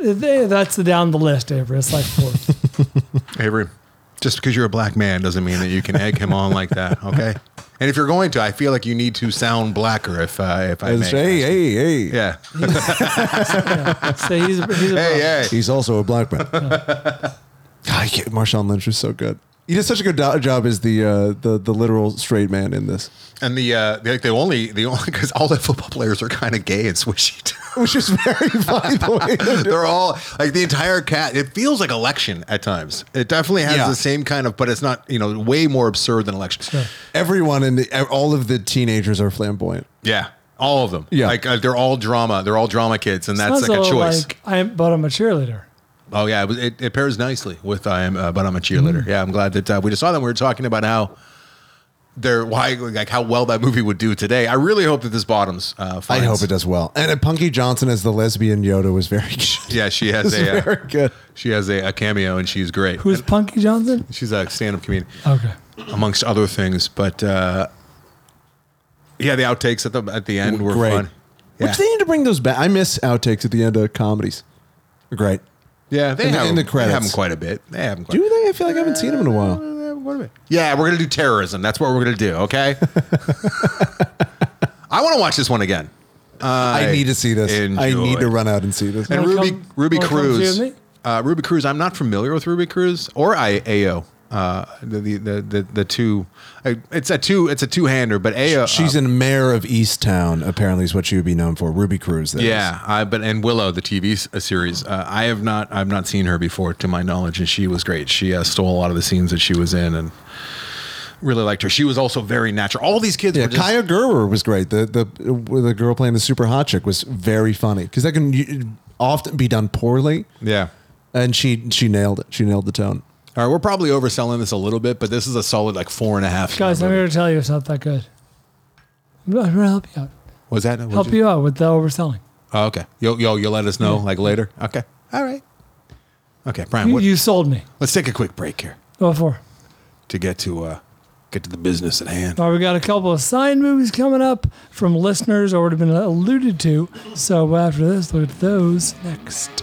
They- That's down the list, Avery. It's like
(laughs)
fourth.
Avery, just because you're a black man doesn't mean that you can egg him on like that. Okay. And if you're going to, I feel like you need to sound blacker. If uh, if I
As-
may.
hey, hey, hey.
Yeah. (laughs)
so he's, he's a
hey, hey.
He's also a black
(laughs)
man. God, I can't- Marshawn Lynch was so good. He did such a good do- job as the uh, the the literal straight man in this,
And the uh, the, the only the only (laughs) because all the football players are kind of gay and swishy. Too. (laughs)
which is very (laughs) funny. The way they do it.
They're all like the entire cat. It feels like election at times. It definitely has
Yeah.
the same kind of, but it's not. You know, way more absurd than election.
Everyone in the, all of the teenagers are flamboyant.
Yeah, all of them.
Yeah.
like uh, they're all drama. They're all drama kids, and that's
Sounds
like a
little
choice.
like, I'm, but I'm a cheerleader.
oh yeah, it, was- it, it pairs nicely with I am, uh, but I'm a
Mm.
cheerleader. Yeah, I'm glad that uh, we just saw them. We were talking about how. They're why like how well that movie would do today. I really hope that this bottoms. Uh,
I
finds-
hope it does well. And uh, Punky Johnson as the lesbian Yoda was very (laughs) good.
Yeah, she has
This is
a uh,
very good.
she has a, a cameo and she's great.
Who's Punky Johnson?
She's a stand-up comedian.
Okay.
amongst other things. But uh, yeah, the outtakes at the at the end were
Great.
fun. Yeah,
Which they need to bring those back. I miss outtakes at the end of comedies. Great.
yeah, they
in the-
have
in the
them- They have them
credits.
quite a bit. They have them quite.
Do Uh, they? I feel like I haven't seen them in a while.
They have them quite a bit. Yeah, we're gonna do terrorism. That's what we're gonna do. Okay. I want to watch this one again.
I need to see this. I need
enjoyed.
to run out and see this.
And
Wanna
Ruby
come-
Ruby
wanna come see
Cruz,
with me?
uh, Ruby Cruz. I'm not familiar with Ruby Cruz or I AO. Uh, the, the the the the two. Uh, it's a two. It's a two hander, but AO.
She's in mayor of Easttown, apparently, is what she would be known for. Ruby Cruz. That is.
Yeah, I, but and Willow, the TV s- uh, series, uh, I have not, I've not seen her before, to my knowledge, and she was great. She uh, stole a lot of the scenes that she was in, and really liked her. She was also very natural. All these kids
Yeah,
were just,
Kaya Gerber was great. The the the girl playing the super hot chick was very funny because that can u- often be done poorly,
yeah.
and she she nailed it. She nailed the tone.
All right, we're probably overselling this a little bit, but this is a solid like four and a half.
Guys, I'm
star
here
movie.
to tell you it's not that good. I'm going to help you out.
was that what'd
Help you out with the overselling.
Oh, okay, yo, yo, you'll let us know like later. Okay, all right. Okay, Brian,
You,
what,
you sold me.
let's take a quick break here
What for?
to get to uh, get to the business at hand.
Well, we got a couple of signed movies coming up from listeners or would have been alluded to. So after this, look at those next.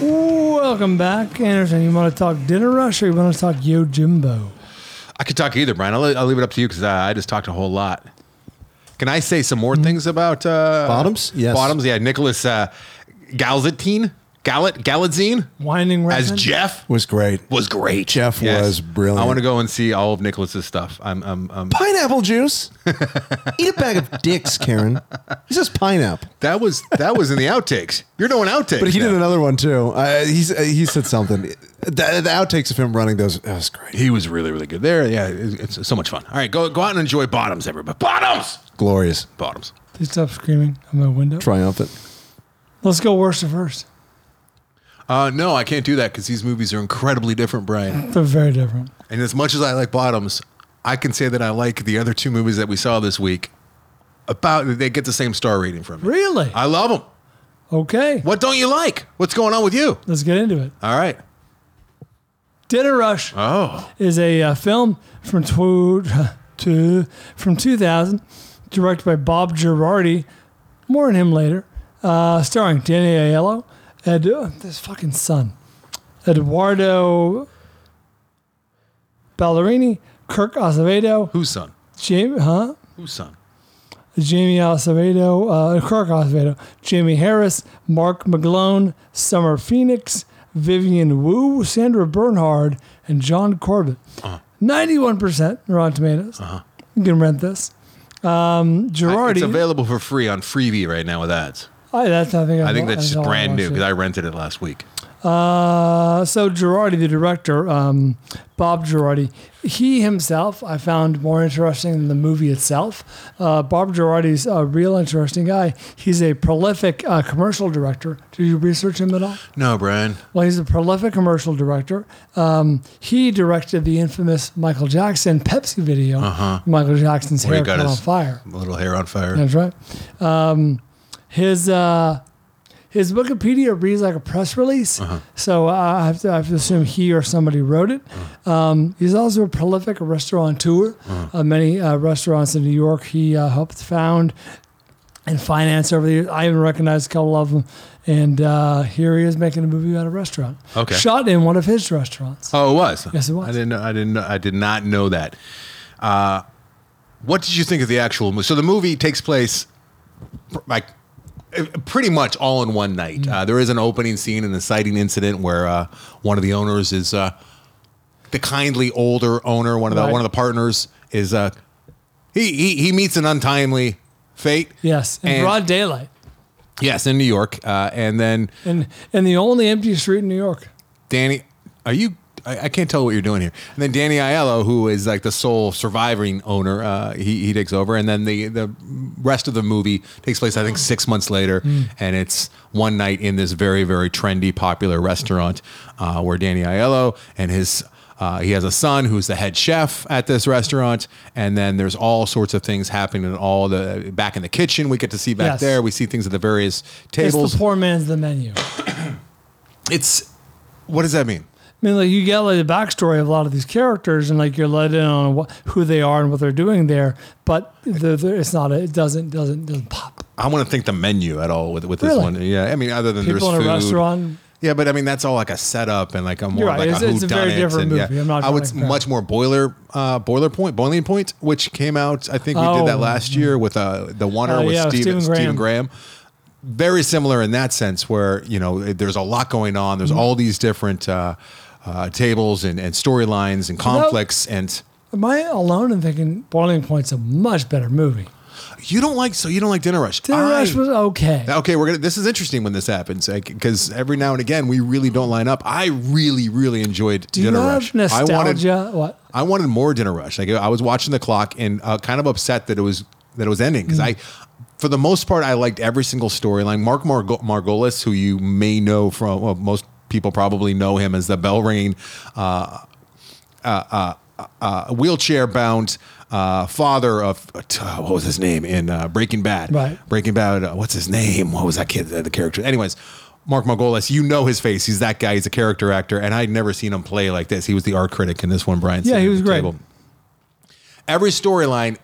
Welcome back, Anderson. You want to talk Dinner Rush or you want to talk Yo Jimbo?
I could talk either, Brian. I'll, I'll leave it up to you because uh, I just talked a whole lot. Can I say some more things about uh,
Mm-hmm. Bottoms? Yes.
Bottoms? Yeah, Nicholas uh, Galzatine, Gallat Galatzine,
winding
as
Refn?
Jeff
was great.
was great.
Jeff was brilliant.
I want to go and see all of Nicholas's stuff. I'm, I'm, I'm (laughs)
pineapple juice. Eat a bag of dicks, Karen. He says pineapple,
that was that was in the outtakes. You're doing outtakes,
but he did
now.
another one too. Uh, he's uh, he said something. The, the outtakes of him running those that was great,
He was really really good there. Yeah, it's, it's so much fun. All right, go go out and enjoy Bottoms, everybody. Bottoms,
glorious,
Bottoms.
Please stop screaming on my window.
triumphant.
Let's go worst to first.
Uh, no, I can't do that because these movies are incredibly different, Brian.
They're very different.
And as much as I like Bottoms, I can say that I like the other two movies that we saw this week. About they get the same star rating from me.
Really?
I love them.
Okay.
What don't you like? What's going on with you?
Let's get into it.
All right.
Dinner Rush
Oh,
is a uh, film from two, (laughs) two, from 2000, directed by Bob Girardi. More on him later. Uh, starring Danny Aiello and uh, this fucking son, Eduardo Ballerini, Kirk Acevedo,
whose son?
Jamie, huh?
Whose son?
Jamie Acevedo, uh, Kirk Acevedo, Jamie Harris, Mark McGlone, Summer Phoenix, Vivian Wu, Sandra Bernhard, and John Corbett.
Uh-huh.
91% Rotten Tomatoes. You can rent this. Um, Girardi.
It's available for free on Freebie right now with ads.
I, that's, I think,
I think that's just
all I
brand new
watched
because
it.
I rented it last week.
Uh, so Girardi, the director, um, Bob Girardi, he himself I found more interesting than the movie itself. Uh, Bob Girardi's a real interesting guy. He's a prolific uh, commercial director. Did you research him at all?
No, Brian.
Well, he's a prolific commercial director. Um, he directed the infamous Michael Jackson Pepsi video. Michael Jackson's
Uh-huh. Where he
hair
got
caught on
his
fire.
little hair on fire.
That's right. Um, his uh, His Wikipedia reads like a press release,
Uh-huh.
so uh, I, have to, I have to assume he or somebody wrote it.
Uh-huh.
Um, he's also a prolific restaurateur. Uh, many uh, restaurants in New York he uh, helped found and finance over the years. I even recognize a couple of them. And uh, here he is making a movie about a restaurant.
Okay.
Shot in one of his restaurants.
Oh, it was.
Yes, it was.
I didn't know. I didn't. Know, I did not know that. Uh, what did you think of the actual movie? So the movie takes place pr- like eh, pretty much all in one night.
Mm.
Uh, there is an opening scene and a sighting incident where uh, one of the owners is uh, the kindly older owner. One of the
Right.
one of the partners is uh, he, he he meets an untimely fate.
Yes, in
And-
broad daylight,
Yes, in New York, uh, and then
and and the only empty street in New York.
Danny, are you? I, I can't tell what you're doing here. And then Danny Aiello, who is like the sole surviving owner, uh, he he takes over, and then the the rest of the movie takes place, I think, six months later,
Hmm.
Mm.
and it's one night in this very very trendy, popular restaurant uh, where Danny Aiello and his. Uh, he has a son who's the head chef at this restaurant, and then there's all sorts of things happening. in all the back in the kitchen, we get to see back
Yes.
there. We see things at the various
It's
tables.
the poor man's the menu.
it's what does that mean?
I mean, like you get like the backstory of a lot of these characters, and like you're let in on what, who they are and what they're doing there. But the, the, it's not. It doesn't doesn't doesn't pop.
I want to think the menu at all with with this
Really?
one. Yeah, I mean, other than
People
there's
in a
food.
restaurant.
Yeah, but I mean that's all like a setup and like a more
You're right.
like
It's-
a who
it's a very different
and, yeah.
movie. I'm not
I would
comparing.
much more boiler uh, boiler point boiling point, which came out. I think we
Oh.
did that last year with uh, the one
Oh,
with
yeah,
Stephen,
Stephen
Stephen
Graham.
Graham. Very similar in that sense, where you know it- there's a lot going on. There's
Mhm.
all these different uh, uh, tables and, and storylines and
You know-
conflicts. and
Am I alone in thinking Boiling Point's a much better movie?
you don't like so you don't like Dinner Rush.
Dinner
I-
Rush was okay.
Okay, we're gonna. This is interesting when this happens because every now and again we really don't line up. I really, really enjoyed
Do you
Dinner
have
Rush.
nostalgia?
I wanted,
what?
I wanted more Dinner Rush. Like I was watching the clock and uh, kind of upset that it was that it was ending because I, for the most part, I liked every single storyline. Mark Mar- Margolis, who you may know from well, most people probably know him as the bell ringing. Uh, uh, uh, uh, wheelchair bound uh, father of uh, what was his name in uh, Breaking Bad?
Right.
Breaking Bad. Uh, what's his name? What was that kid? The, the character. Anyways, Mark Margolis. You know his face. He's that guy. He's a character actor, and I'd never seen him play like this. He was the art critic in this one. Brian.
Yeah,
sitting
he
at
was
the
great.
table. Every storyline.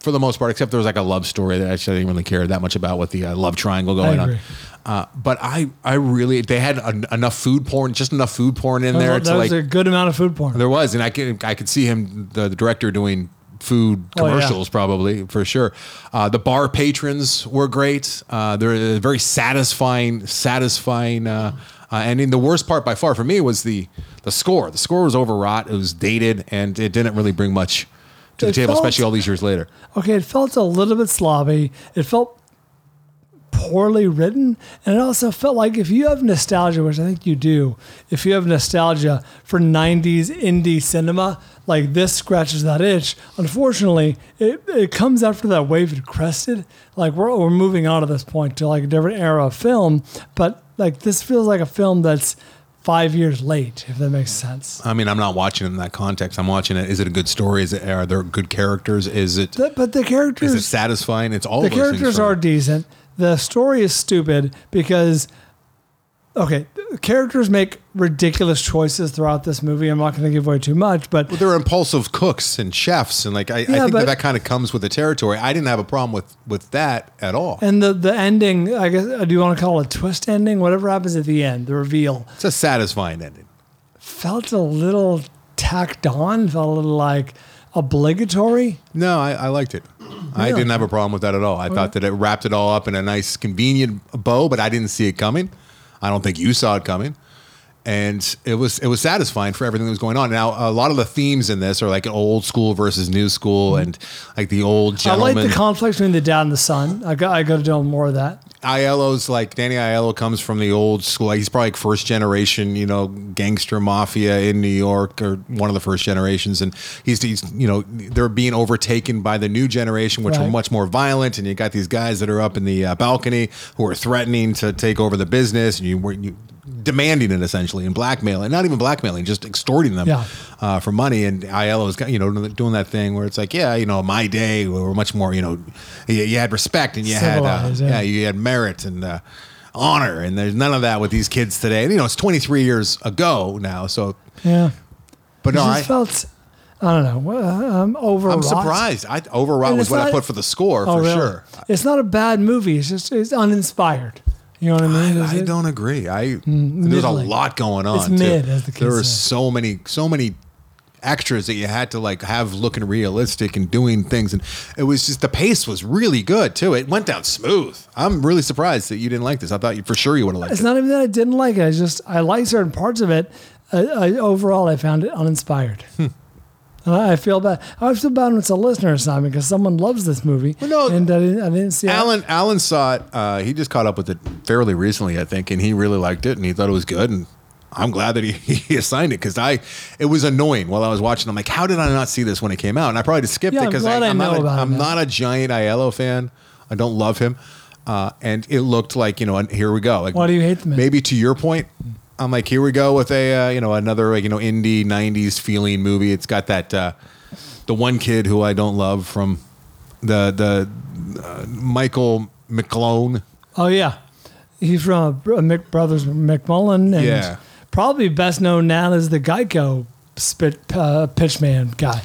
For the most part, except there was like a love story that I actually didn't really care that much about with the uh, love triangle
I
going on.
agree.
Uh, but I, I really, they had en- enough food porn, just enough food porn in
That was-
there. to
that was
like,
a good amount of food porn.
there was, and I could I could see him the, the director doing food
Oh, yeah.
commercials probably for sure. Uh, the bar patrons were great. Uh, they're a very satisfying, satisfying. Uh, uh, and in the worst part by far for me was the the score. The score was overwrought. It was dated, and it didn't really bring much to the
It
table,
felt-
especially all these years later.
Okay, it felt a little bit sloppy. It felt poorly written, and it also felt like if you have nostalgia, which I think you do, if you have nostalgia for '90s indie cinema, like this scratches that itch. Unfortunately, it, it comes after that wave had crested. Like we're we're moving on at this point to like a different era of film, but like this feels like a film that's five years late, if that makes sense.
I mean, I'm not watching it in that context. I'm watching it. Is it a good story? Is it are there good characters? Is it
That- but the characters
is it satisfying? It's all
the
of those things
characters
for me.
are decent. The story is stupid because okay, characters make ridiculous choices throughout this movie. I'm not going to give away too much, but
Well, they're impulsive cooks and chefs, and like I, I
Yeah,
think
but-
that that kind of comes with the territory. I didn't have a problem with with that at all.
and the the ending, I guess I do want to call it a twist ending, whatever happens at the end, the reveal
It's a satisfying ending.
felt a little tacked on, felt a little like obligatory.
No, I, I liked it. I
Really?
didn't have a problem with that at all. I thought that it wrapped it all up in a nice, convenient bow, but I didn't see it coming. I don't think you saw it coming, and it was it was satisfying for everything that was going on. Now, a lot of the themes in this are like old school versus new school, and like the old
Mm-hmm. I
gentleman.
like the conflict between the dad and the son. I got I got to do more of that.
Aiello's like Danny Aiello comes from the old school. Like he's probably like first generation, you know, gangster mafia in New York or one of the first generations. And he's, he's you know, they're being overtaken by the new generation, which are
Right.
much more violent. And you got these guys that are up in the uh, balcony who are threatening to take over the business. And you were you demanding it essentially and blackmailing, not even blackmailing, just extorting them
Yeah.
uh, for money. And Aiello's got, you know, doing that thing where it's like, yeah, you know, my day, we were much more, you know, you, you had respect and you had, uh,
Civilized,
yeah,
yeah.
you had merit and uh, honor. And there's none of that with these kids today. And, you know, it's 23 years ago now. So,
Yeah.
but no,
it
I,
just felt, I don't know, well, I'm overwrought.
I'm surprised. I overwrought
And
was
it's
what I
not-
put for the score
Oh,
for
really?
sure.
It's not a bad movie. It's just it's uninspired. You know what I mean? Is
I
it-
don't agree. I there's a
middling.
lot going on.
It's mid,
too.
as the kids
there were
say.
so many, so many extras that you had to like have looking realistic and doing things, and it was just the pace was really good too. It went down smooth. I'm really surprised that you didn't like this. I thought you for sure you would have liked
It's
it.
not even that I didn't like it. I just I like certain parts of it. I, I, overall, I found it uninspired.
Hmm.
And I I feel bad. I feel bad when it's a listener assignment because someone loves this movie. and I didn't, I didn't see
Alan Alan saw it. Uh, he just caught up with it fairly recently, I think, and he really liked it and he thought it was good. And I'm glad that he, (laughs) he assigned it because I it was annoying while I was watching. I'm like, how did I not see this when it came out? And I probably just skipped
Yeah,
it
I'm
because
glad I
I'm,
know
not a,
about it
I'm
now.
not a giant Aiello fan. I don't love him, uh, and it looked like you know. And here we go. Like,
Why do you hate the man?
Maybe to your point. I'm like, here we go with a uh, you know another like, you know indie '90s feeling movie. It's got that uh, the one kid who I don't love from the the uh, Michael McClone.
Oh yeah, he's from uh, Br- Mc Brothers McMullen, and
Yeah.
probably best known now as the Geico spit uh, pitchman guy.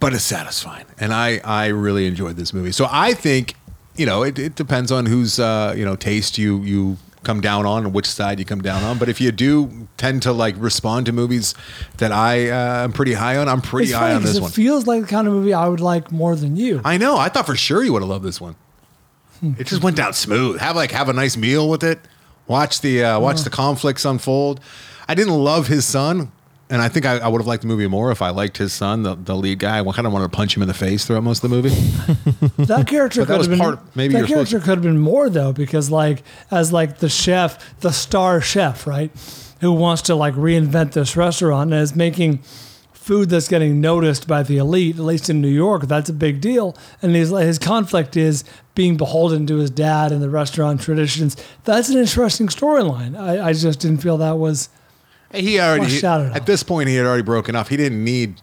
but it's satisfying. And I I really enjoyed this movie. So I think you know it, it depends on whose uh, you know taste you you come down on and which side you come down on. But if you do tend to like respond to movies that I uh, am pretty high on, I'm pretty
It's
high
funny
on
'cause
this
it
one.
feels like the kind of movie I would like more than you.
I know. I thought for sure you would have loved this one.
Hmm.
It just went down smooth. Have like have a nice meal with it. Watch the uh, watch the conflicts unfold. I didn't love his son, and I think I, I would have liked the movie more if I liked his son, the, the lead guy. I kind of wanted to punch him in the face throughout most of the movie.
That character
But that
could
was
have been
part of- maybe
that
you're supposed
character could have been more though, because like as like the chef, the star chef, right, who wants to like reinvent this restaurant and is making food that's getting noticed by the elite, at least in New York, that's a big deal. And his his conflict is being beholden to his dad and the restaurant traditions. That's an interesting storyline. I, I just didn't feel that was
He already
Flushed out at
at this point he had already broken off. He didn't need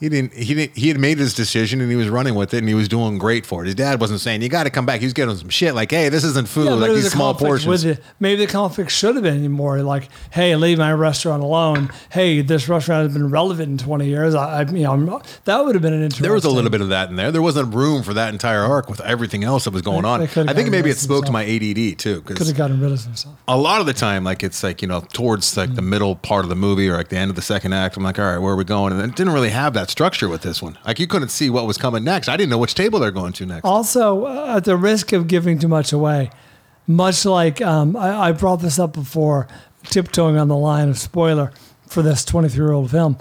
he didn't he didn't he had made his decision and he was running with it and he was doing great for it. His dad wasn't saying you got to come back. He was getting some shit like hey this isn't food
Yeah, but
like
it was
these
a
small
conflict
portions.
with it. Maybe the conflict should have been more like, "Hey, leave my restaurant alone." Hey, this restaurant has been relevant in twenty years. I, I you know, I'm not, that would have been an interesting.
There was a little bit of that in there. There wasn't room for that entire arc with everything else that was going
They-
on.
they could've
I think
gotten
maybe
rid
it
of
spoke to my ADD too
Could
because
have gotten rid of some stuff.
a lot of the time like it's like you know towards like
Mm.
the middle part of the movie or like the end of the second act I'm like all right where are we going and it didn't really have that structure with this one. Like you couldn't see what was coming next. I didn't know which table they're going to next.
Also, uh, at the risk of giving too much away, much like um, I, I brought this up before, tiptoeing on the line of spoiler for this twenty-three-year-old film.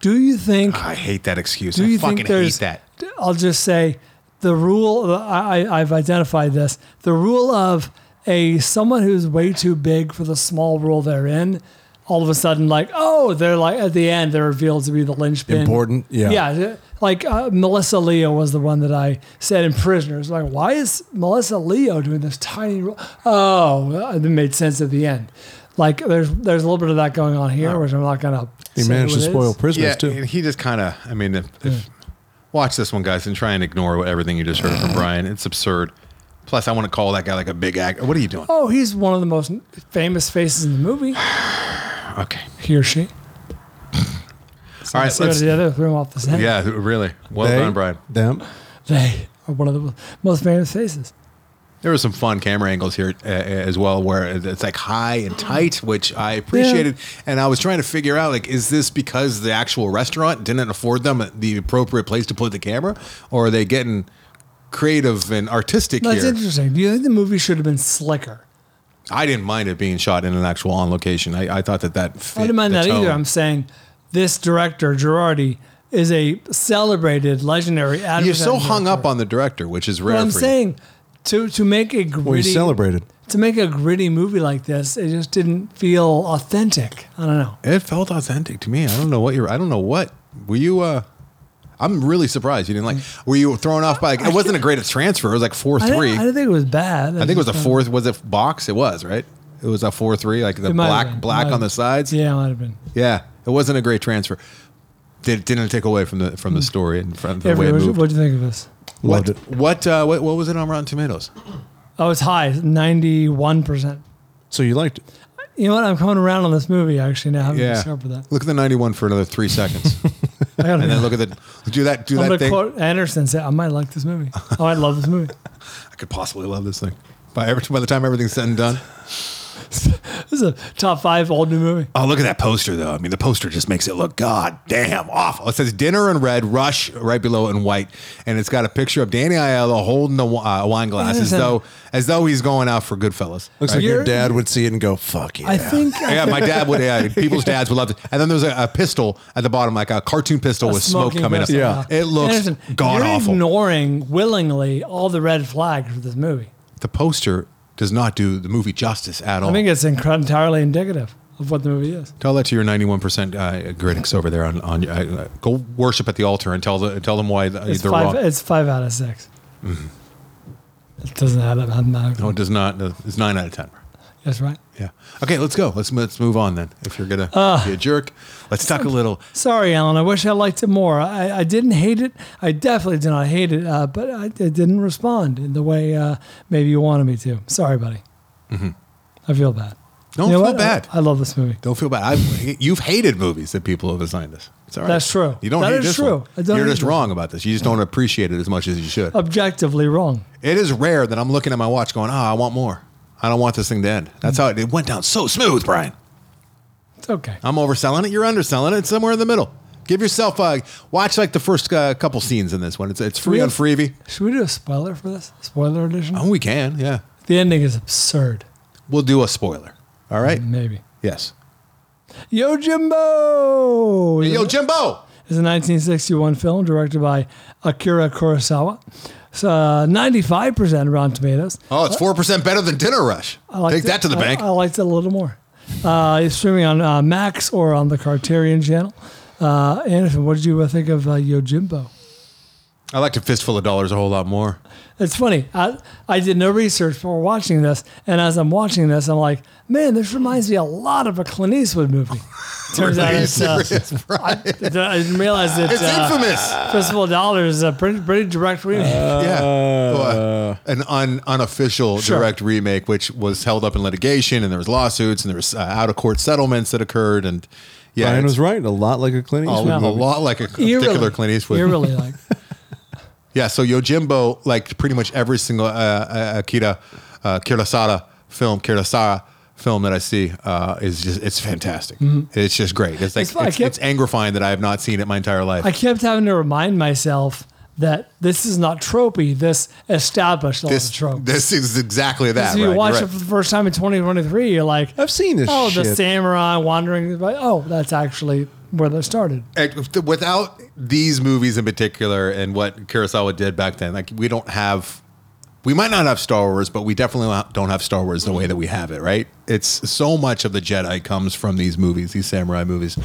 Do you think?
I hate that excuse.
Do
I
you
fucking
think there's?
hate that.
I'll just say the rule. I, I- I've identified this. The rule of a someone who's way too big for the small role they're in. All of a sudden, like oh, they're like at the end, they're revealed to be the linchpin.
Important, yeah.
yeah. Like uh, Melissa Leo was the one that I said in Prisoners. Like, why is Melissa Leo doing this tiny role? Oh, it made sense at the end. Like, there's there's a little bit of that going on here, which I'm not gonna. say who it is.
yeah, and he just kind of. I mean, if, if, watch this one, guys, and try and ignore what, everything you just heard from Brian. It's absurd. Plus, I want to call that guy like a big actor. What are
(laughs)
you doing?
Oh, he's one of the most famous faces in the movie.
Okay.
He or she.
All right.
See what I
Let's,
did there? Threw him off the scent.
yeah. Really. Well
They-
done, Brian.
Them.
They are one of the most famous faces.
There were some fun camera angles here uh, as well, where it's like high and tight, which I appreciated. And I was trying to figure out, like, is this because the actual restaurant didn't afford them the appropriate place to put the camera, or are they getting creative and artistic
That's
here?
interesting. Do you think the movie should have been slicker?
I didn't mind it being shot in an actual on location. I, I thought that that fit
I didn't mind
the
that either.
tone.
I'm saying this director, Girardi, is a celebrated, legendary actor.
You're so hung up on the director, which is rare.
But I'm
for you.
saying to to make a gritty
Well, you celebrated.
to make a gritty movie like this, it just didn't feel authentic. I don't know.
It felt authentic to me. I don't know what you're. I don't know what were you. uh I'm really surprised you didn't like. Were you thrown off by? Like, it wasn't a great transfer. It was like four
I didn't-
three.
I didn't think it was bad.
I think it was a
just-
fourth. Was it box? It was right. It was a four three, like the
It might have
black
been. It
black
might
on
have
the
been.
sides.
Yeah, it might have been.
Yeah, it wasn't a great transfer. Did, didn't take away from the
Hmm.
from the story and from the
Avery,
way it
what'd you-
moved.
what'd you think of this?
What what, uh, what what was it on Rotten Tomatoes?
Oh, it's high, ninety-one percent.
So you liked it?
You know what? I'm coming around on this movie actually now. I haven't
Yeah.
discovered that.
Look at the 91 for another three seconds.
I gotta
(laughs) and
be-
then look at the, do that, do
I'm
that
gonna
thing.
quote Anderson. Say, I might like this movie. Oh, I love this movie. (laughs)
I could possibly love this thing. By, every, by the time everything's said and done.
This is a top five old new movie.
Oh, look at that poster, though. I mean, the poster just makes it look goddamn awful. It says dinner in red, rush right below it in white, and it's got a picture of Danny Aiello holding a wi- uh, wine glass as
Listen.
though as though he's going out for Goodfellas.
Looks like your dad would see it and go, fuck yeah.
I think.
yeah, my dad would.
(laughs)
Yeah, people's dads would love it. And then there's a, a pistol at the bottom, like a cartoon pistol
A
Oh, with smoke
smoking
coming up.
pistol.
it looks
Anderson,
god
you're
awful.
Ignoring willingly all the red flags for this movie.
the poster does not do the movie justice at all.
I think it's incre- entirely indicative of what the movie is.
Tell that to your 91% uh, critics over there. On, on uh, go worship at the altar and tell the, tell them why th-
It's
they're
five.
wrong.
It's five out of six.
Mhm.
It doesn't add up. I'm not-
No, it does not. Uh, It's nine out of ten.
That's right.
Yeah. Okay, let's go. Let's let's move on then. If you're gonna
Ah.
be a jerk, let's talk a little.
Sorry, Alan. I wish I liked it more. I, I didn't hate it. I definitely did not hate it, uh, but I, I didn't respond in the way uh, maybe you wanted me to. Sorry, buddy.
Mhm.
I feel bad.
Don't
You know
feel
what? Uh, I-
bad.
I, love this movie.
Don't feel bad. I've, you've hated movies that people have assigned us. It's all right.
That's true.
You don't
That
hate
is
this
true.
one.
I don't
You're
hate
just
this. Oh.
wrong about this. You just don't appreciate it as much as you should.
Objectively wrong.
It is rare that I'm looking at my watch going, "Ah, I want more. I don't want this thing to end." That's
Mm.
how it, it went down so smooth, Brian.
It's okay.
I'm overselling it. You're underselling it. It's somewhere in the middle. Give yourself a watch like the first uh, couple scenes in this one. It's it's free
We-
on Freebie.
Should we do a spoiler for this? Spoiler edition?
Oh, we can. Yeah,
The ending is absurd.
we'll do a spoiler. All right.
Maybe.
Yes.
Yo Jimbo!
Yo Jimbo!
is a 1961 film directed by Akira Kurosawa. It's uh, 95% Rotten Tomatoes.
Oh, it's four percent better than Dinner Rush.
liked
Take
it.
that to the
I-
bank.
I liked it a little more. Uh, it's streaming on uh, Max or on the Criterion channel. Uh, Anderson, what did you uh, think of uh, Yo Jimbo?
I liked a fistful of dollars a whole lot more.
It's funny. I, I did no research before watching this, and as I'm watching this, I'm like, man, this reminds me a lot of a Clint Eastwood
(laughs)
movie. Turns out
Really
it's. Uh,
serious,
I, I didn't realize that.
It's
uh,
infamous. Uh,
Fistful of Dollars is a pretty, pretty direct remake.
yeah,
uh,
Well, an un, unofficial direct remake, which was held up in litigation, and there was lawsuits, and there was uh, out of court settlements that occurred, and yeah,
Brian
it's-
was right. A lot like a Clint
Oh,
Eastwood
a
movie.
lot like a particular Clint Eastwood.
Eerily like.
Yeah, so Yojimbo liked pretty much every single uh, uh, Akira uh, Kurosawa film, Kurosawa film that I see uh, is just it's fantastic.
Mhm.
It's just great. Mm-hmm. It's like
It's- I
it's,
kept-
it's angrifying that I have not seen it my entire life.
I kept having to remind myself that this is not tropey. This established all the
this
trope.
this is exactly that.
so you
right?
watch it
You're right.
for the first time in 2023, you're like,
I've seen this
Oh, the
shit."
samurai wandering. but, Oh, that's actually where they started.
And without these movies in particular and what Kurosawa did back then, like we don't have, we might not have Star Wars, but we definitely don't have Star Wars the way that we have it, right? It's so much of the Jedi comes from these movies, these samurai movies,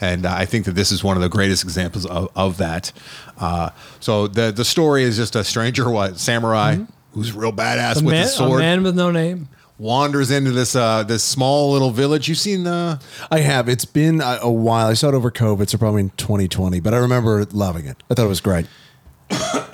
and uh, I think that this is one of the greatest examples of, of that. Uh, so the the story is just a stranger, what samurai who's real badass
Mm-hmm. A
with
man,
his
a
sword.
man with no name.
Wanders into this uh, this small little village. You've seen uh,
I have. It's been a, a while. I saw it over COVID, so probably in 2020, but I remember loving it. I thought it was great.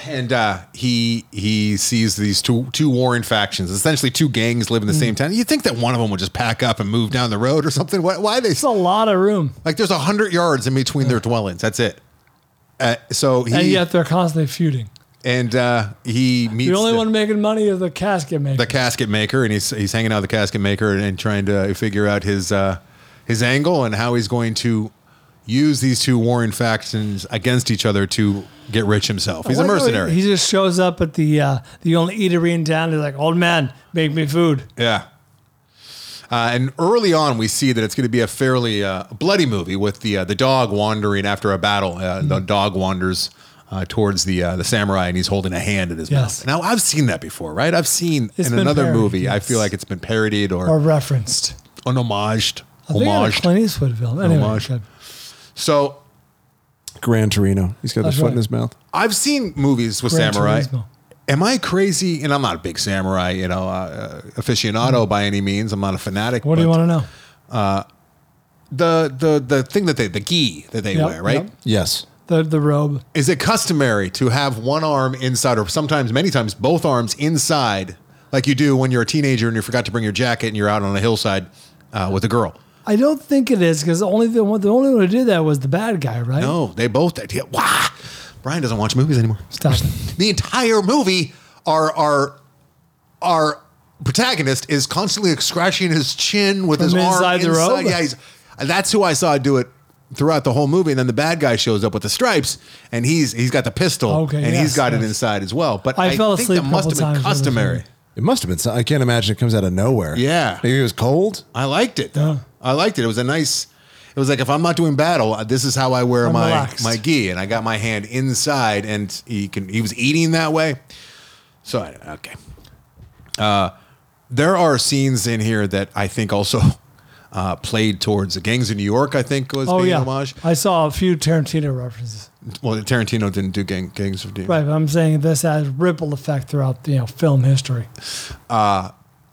and uh, he he sees these two two warring factions, essentially two gangs live in the
Mm.
same town. You would think that one of them would just pack up and move down the road or something? Why, why they? It's
a lot of room.
Like there's a hundred yards in between their dwellings. That's it. Uh, so he
and
and,
yet they're constantly feuding.
uh, he meets
the only
the,
one making money is the casket maker.
the casket maker, and he's he's hanging out with the casket maker and, and trying to figure out his uh, his angle and how he's going to use these two warring factions against each other to get rich himself. He's
I
a
like how he-
mercenary.
He just shows up at the uh, the only eatery in town. He's like, "Old man, make me food."
Yeah. Uh, and early on, we see that it's going to be a fairly uh, bloody movie with the uh, the dog wandering after a battle. Uh, The
Mm-hmm.
dog wanders uh, towards the uh, the samurai, and he's holding a hand in his
Yes.
mouth. Now, I've seen that before, right? I've seen
It's
in
been
another
parodied,
movie. I feel like it's been parodied or,
Or referenced.
an homaged,
I think in a
homaged,
Clint Eastwood film. Anyway,
homage.
good.
So
Gran Torino. He's got the
That's
foot
right.
in his mouth.
I've seen movies with
Gran
samurai.
Turismo.
Am I crazy? And I'm not a big samurai, you know, uh, uh, aficionado by any means. I'm not a fanatic.
Mm-hmm. What do you
but-
want to know?
uh, the the the thing that they the gi that they
Yep,
wear, right?
yep.
Yes.
The the robe.
Is it customary to have one arm inside, or sometimes many times both arms inside, like you do when you're a teenager and you forgot to bring your jacket and you're out on a hillside uh, with a girl.
I don't think it is because only the one the only one who did that was the bad guy, right?
No, they both. Did. Yeah, Wah! Brian doesn't watch movies anymore.
Stop it.
The entire movie, our our our protagonist is constantly scratching his chin with
From
his arm
inside the robe?
Yeah, he's, that's who I saw do it throughout the whole movie. And then the bad guy shows up with the stripes, and he's he's got the pistol,
Okay,
and he's
yes,
got it
yes.
inside as well. But
I
I,
fell
think
asleep
that
a
must
couple
have been
times during the
customary.
It must have been. so- I can't imagine it comes out of nowhere.
Yeah.
Maybe it was cold.
I liked it though. I liked it. It was a nice. It was like if I'm not doing battle, uh, this is how I wear
I'm
my
relaxed.
my gi, and I got my hand inside, and he can. He was eating that way, so I, okay. Uh, there are scenes in here that I think also (laughs) uh, played towards the gangs of New York. I think was
Oh
being
yeah,
an homage.
I saw a few Tarantino references.
Well, Tarantino didn't do gang, gangs of New York.
Right, but I'm saying this has ripple effect throughout you know film history.
uh,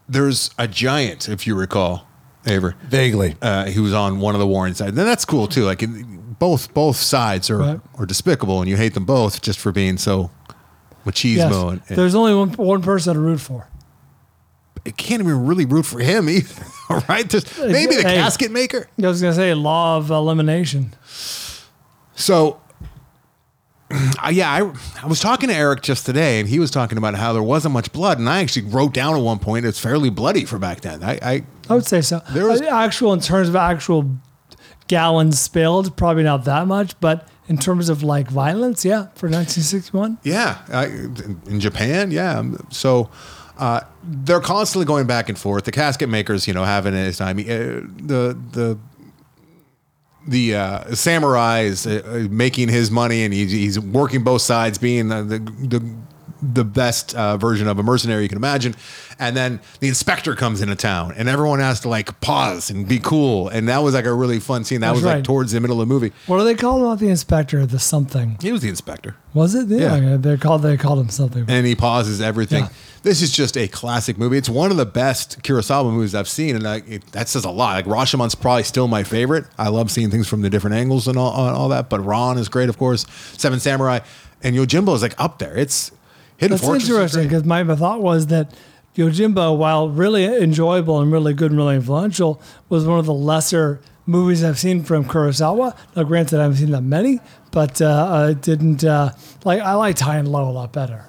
there's a giant, if you recall, Aver.
Vaguely.
Uh, he was on one of the Warren sides. And that's cool too. Like in- both both sides are,
Right.
are despicable and you hate them both just for being so machismo
Yes,
and, and
there's only one one person to root for.
you can't even really root for him (laughs) either. right? There's- maybe the
Hey.
casket maker.
I was gonna say law of elimination.
So (clears throat) I yeah, I, I was talking to Eric just today, and he was talking about how there wasn't much blood, and I actually wrote down at one point it's fairly bloody for back then. I, I
I would say so. There was actual in terms of actual gallons spilled, probably not that much, but in terms of like violence, yeah, for 1961.
Yeah, I, in Japan, yeah. So uh, they're constantly going back and forth. The casket makers, you know, having his time. Uh, the the the uh, samurai is uh, uh, making his money, and he's, he's working both sides, being the the, the, the best uh, version of a mercenary you can imagine. And then the inspector comes into town, and everyone has to like pause and be cool. And that was like a really fun scene. That
That's
was
right.
like towards the middle of the movie.
What do they call him? Not the inspector, the something.
He was the inspector.
Was it? Yeah, they called they called him something.
and he pauses everything. This is just a classic movie. It's one of the best Kurosawa movies I've seen, and I, it, that says a lot. Like Rashomon's probably still my favorite. I love seeing things from the different angles and all, all all that. But Ron is great, of course. Seven Samurai and Yojimbo is like up there. It's Hidden
That's
Fortress. is
interesting because my, my thought was that Yojimbo, while really enjoyable and really good and really influential, was one of the lesser movies I've seen from Kurosawa. Now, granted, I haven't seen that many, but uh, uh, it didn't uh, like I liked High and Low a lot better.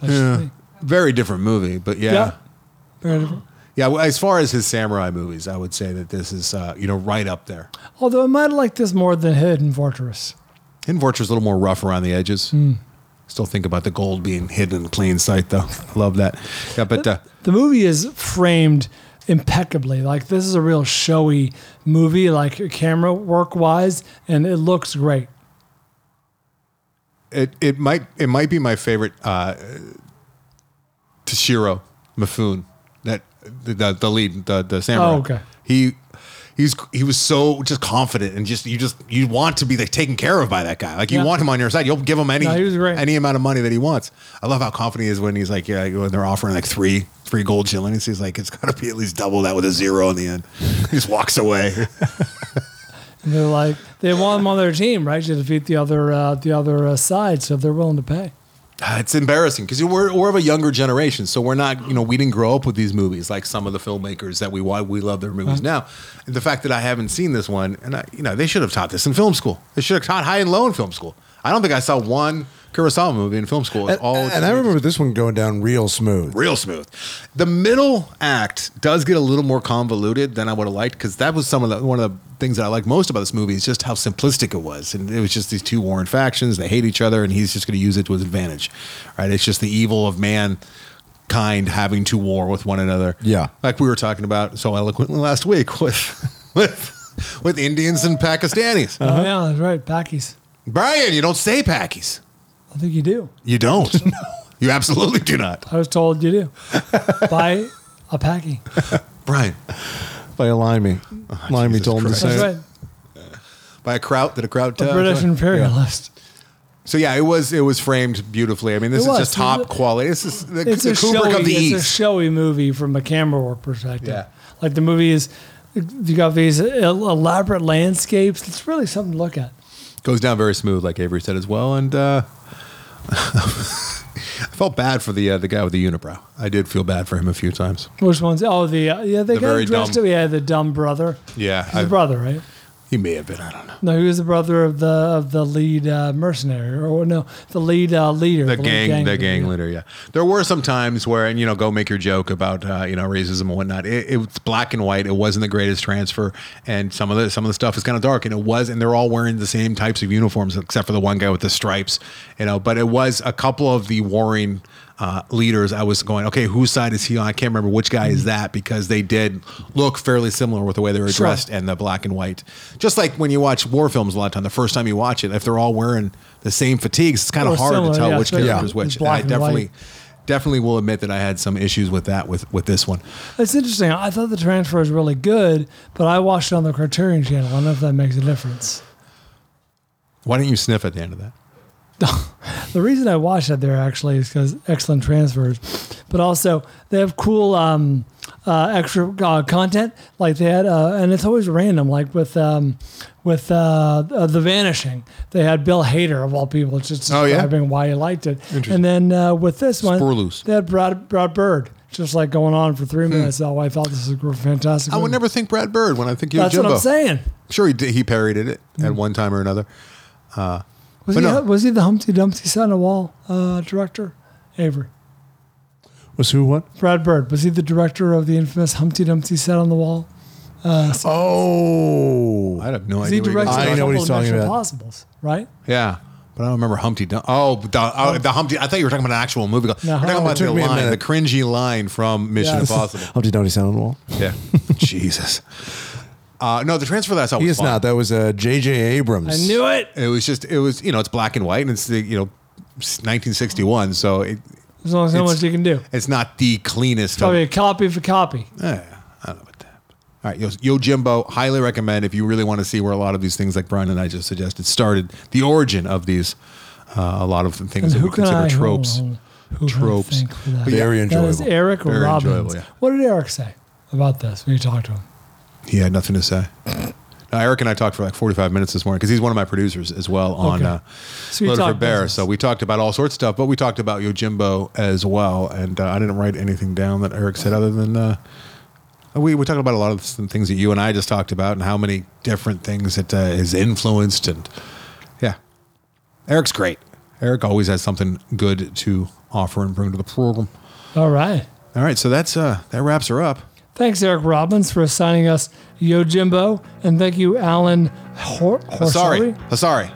great. Yeah. Very different movie, but yeah.
Yeah.
yeah.
Very different.
well, as far as his samurai movies, I would say that this is uh, you know right up there.
Although I might like this more than Hidden Fortress.
Hidden Fortress is a little more rough around the edges.
Hmm.
Still think about the gold being hidden in plain sight, though. (laughs) I love that. Yeah, but uh,
The movie is framed impeccably. Like this is a real showy movie, like camera work wise, and it looks great.
it it might it might be my favorite uh Toshiro Mifune that the the, the lead the the samurai.
Oh, okay.
He he's he was so just confident and just you just you want to be like taken care of by that guy. Like you
Yeah.
want him on your side. You'll give him any
No, he was great.
any amount of money that he wants. I love how confident he is when he's like yeah when they're offering like three three gold shillings. He's like it's got to be at least double that with a zero in the end. He just walks away.
And they're like they want them on their team, right, to defeat the other uh, the other uh, side, so they're willing to pay.
Uh, (sighs) It's embarrassing because we're, we're of a younger generation, so we're not you know we didn't grow up with these movies like some of the filmmakers that we why we love their movies
Right.
Uh-huh.
now. And the fact that I haven't seen this one, and I, you know they should have taught this in film school. They should have taught high and low in film school. I don't think I saw one Kurosawa movie in film school. It's
And,
all
and I remember this one going down real smooth.
real smooth. The middle act does get a little more convoluted than I would have liked because that was some of the one of the things that I like most about this movie is just how simplistic it was, and it was just these two warring factions. They hate each other, and he's just going to use it to his advantage, right? It's just the evil of mankind having to war with one another.
Yeah.
like we were talking about so eloquently last week (laughs) with with with Indians and Pakistanis.
Oh yeah, that's right, Packies.
Brian, you don't say Pakis.
I think you do.
You don't. You absolutely do not.
I was told you
(laughs)
do. Buy a Packy.
Brian.
By a limey. limey told him to say
That's
it.
right.
Oh, By a Kraut? Did a Kraut?
A
uh,
British
join?
imperialist.
So yeah, it was it was framed beautifully. I mean, this
It
is
was.
just top quality. This is the,
it's
the
a
Kubrick
showy,
of the
it's a
East.
showy movie from a camera work perspective.
Yeah.
Like the movie is, you got these el- elaborate landscapes. It's really something to look at.
(laughs) Goes down very smooth, like Avery said as well. And uh, I felt bad for the uh, the guy with the unibrow. I did feel bad for him a few times.
Which one's? Oh, the uh, yeah, they
The
got
very
dressed
dumb-
up. Yeah, the dumb brother.
Yeah,
He's a brother, right?
He may have been. I don't know.
No, he was the brother of the of the lead uh, mercenary, or no, the lead uh, leader.
The
lead
gang, the
leader.
gang leader. Yeah, there were some times where, and you know, go make your joke about uh, you know racism and whatnot. It, it was black and white. It wasn't the greatest transfer, and some of the some of the stuff is kind of dark. And it was, and they're all wearing the same types of uniforms except for the one guy with the stripes. You know, but it was a couple of the warring uh, leaders. I was going, okay, whose side is he on? I can't remember which guy is that because they did look fairly similar with the way they were
Sure.
dressed and the black and white. Just like when you watch war films a lot of time, the first time you watch it, if they're all wearing the same fatigues, it's kind
Or
of hard
similar,
to tell
yeah,
which
especially
character
if
is
it's
which. And
black
I
and
definitely,
white.
definitely will admit that I had some issues with that with with this one.
It's interesting. I thought the transfer was really good, but I watched it on the Criterion Channel. I don't know if that makes a difference.
Why didn't you sniff at the end of that?
The reason I watched that there actually is because excellent transfers, but also they have cool um, uh, extra uh, content like they had, uh, and it's always random. Like with um, with uh, uh, the Vanishing, they had Bill Hader of all people just
Oh, yeah?
describing why he liked it,
Interesting.
and then uh, with this one,
Sporloose.
they had Brad, Brad Bird just like going on for three minutes. Oh, I thought this was fantastic.
Hmm. I would
movie.
never think Brad Bird when I think you.
That's what I'm saying.
Sure, he did, he parried it at one time or another. Uh,
Was
but
he,
no,
was he the Humpty Dumpty son of all uh, director? Avery.
Was who what?
Brad Bird. Was he the director of the infamous Humpty Dumpty set on the wall? Uh, so-
Oh,
I have no
Because he
idea. what you're
directed
talking
a
about.
couple of Mission Impossibles, right?
Yeah. But I don't remember Humpty Dump. Oh, the, oh, the Humpty. I thought you were talking about an actual movie. No, We're talking
Humpty-
about
It took
the
me a
line,
minute.
the cringy line from Mission
Yes.
Impossible.
(laughs) Humpty Dumpty sound on the wall.
Yeah. Jesus. Uh, no, the transfer that I saw was
He is
fun.
not. That was uh, J.J. Abrams.
I
knew it.
It was just, it was, you know, it's black and white and it's the, you know, 1961. So it,
There's only so
It's-
much you can do.
it's not the cleanest. of-
Probably a copy for copy.
Yeah, I don't know about that. All right, Yo, Yo Jimbo, highly recommend if you really want to see where a lot of these things, like Brian and I just suggested, started the origin of these, uh, a lot of the
And
things that
who
we
can
consider
I
tropes.
hold? Who can I
tropes.
thank for that?
But yeah,
That is Eric
Very
Robbins.
enjoyable, yeah.
What did Eric say about this when you talked to him?
He had nothing to say. Now, Eric and I talked for like 45 minutes this morning because he's one of my producers as well on
Okay.
uh,
So you
Loaded for
talked
Bear. So we talked about all sorts of stuff, but we talked about Yojimbo as well. And uh, I didn't write anything down that Eric said other than uh, we we talked about a lot of the things that you and I just talked about and how many different things it uh, has influenced. And yeah, Eric's great. Eric always has something good to offer and bring to the program.
All right.
All right, so that's uh, that wraps her up.
Thanks, Eric Robbins, for assigning us Yo Jimbo. And thank you, Alan Hor-
Sorry,
Horsari.
sorry,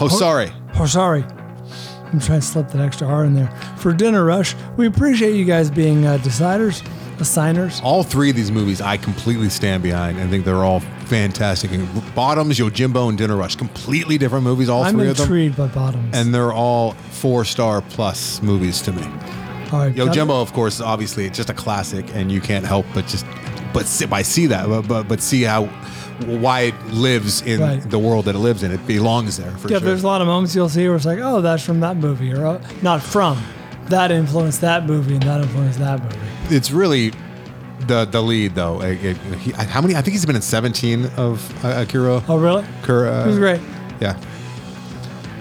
oh sorry.
Horsari. I'm trying to slip that extra R in there. For Dinner Rush, we appreciate you guys being uh, deciders, assigners.
All three of these movies I completely stand behind. I think they're all fantastic. And Bottoms, Yojimbo, and Dinner Rush. Completely different movies, all
I'm
three of them.
intrigued by Bottom.
And they're all four star plus movies to me.
All right, got it.
Yojimbo, of course, obviously, it's just a classic, and you can't help but just but see, I see that, but, but but see how why it lives in
Right.
the world that it lives in. It belongs there for
yeah,
sure.
there's a lot of moments you'll see where it's like, oh, that's from that movie, or oh, not from. That influenced that movie, and that influenced that movie.
it's really the the lead though. It- it- he- how many? I think he's been in 17 of uh, Akira.
Oh, really?
Kur, uh,
It was great.
Yeah.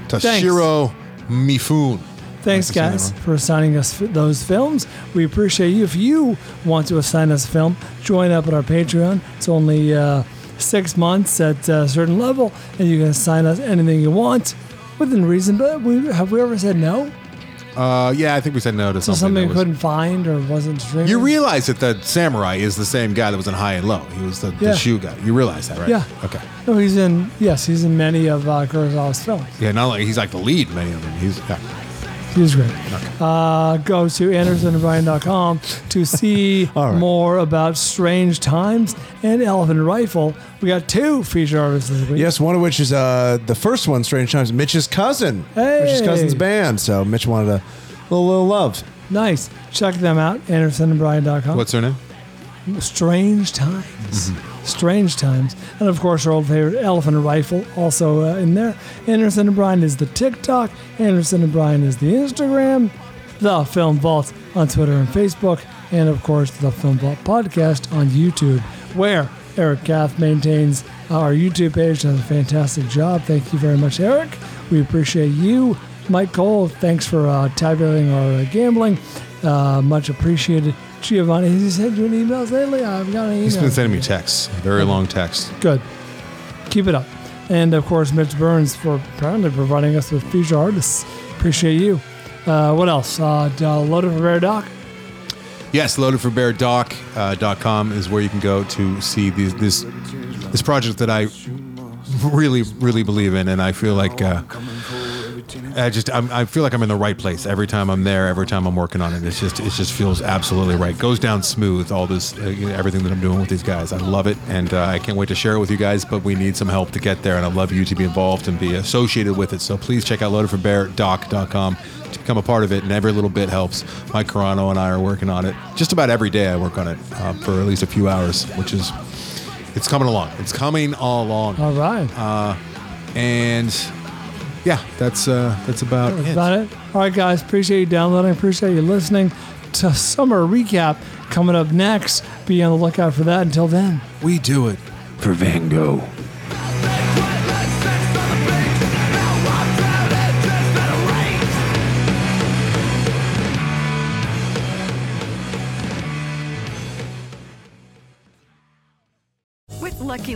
Thanks.
Toshiro Mifune.
Thanks,
saying that
guys, for assigning us f- those films. We appreciate you. If you want to assign us a film, join up at our Patreon. It's only uh, six months at a certain level, and you can assign us anything you want within reason. But we, have we ever said no
Uh, yeah, I think we said no to
to
something.
something
that
we
was-
couldn't find or wasn't streaming?
you realize that the samurai is the same guy that was in High and Low. He was the,
Yeah.
the shoe guy. You realize that, right?
Yeah.
Okay.
No, he's in. Yes, he's in many of uh, Kurosawa's films.
Yeah. Not like he's like the lead. in Many of them. He's yeah.
He's great.
Okay.
Uh, go to andersonandbrian.com
(laughs)
to see more about Strange Times and Elephant Rifle. We got two feature artists this week.
Yes, one of which is uh, the first one, Strange Times, Mitch's cousin. Mitch's
Hey.
cousin's band. So Mitch wanted a little, little love.
Nice. Check them out, andersonandbrian.com.
What's Mm-hmm. her name?
Strange Times. Strange Times. And of course, our old favorite, Elephant Rifle, also uh, in there. Anderson and Brian is the TikTok. Anderson and Brian is the Instagram. The Film Vault on Twitter and Facebook. And of course, the Film Vault podcast on YouTube, where Eric Gath maintains our YouTube page. Does a fantastic job. Thank you very much, Eric. We appreciate you. Mike Cole, thanks for uh, tabulating our uh, gambling. Uh, much appreciated. Giovanni, has he sent you an email lately? I haven't got any email.
He's been sending me texts, very long texts.
Good. Keep it up. And of course, Mitch Burns for apparently providing us with future artists. Appreciate you. Uh, what else? Uh, d- uh, Loaded for Bear Doc.
Yes, loadedforbeardoc.com is where you can go to see these, this this project that I really, really believe in, and I feel like uh, I just I'm, I feel like I'm in the right place every time I'm there, every time I'm working on it. It's just it just feels absolutely right. Goes down smooth. All this uh, you know, everything that I'm doing with these guys, I love it, and uh, I can't wait to share it with you guys. But we need some help to get there, and I'd love you to be involved and be associated with it. So please check out loadedforbeardoc.com to become a part of it, and every little bit helps. Mike Carano and I are working on it. Just about every day I work on it uh, for at least a few hours, which is it's coming along. It's coming all along.
All right.
Uh, and yeah, that's uh, that's about
That's
it.
about it. All right, guys. Appreciate you downloading. Appreciate you listening to Summer Recap coming up next. Be on the lookout for that. Until then,
we do it
for Van Gogh.
With Lucky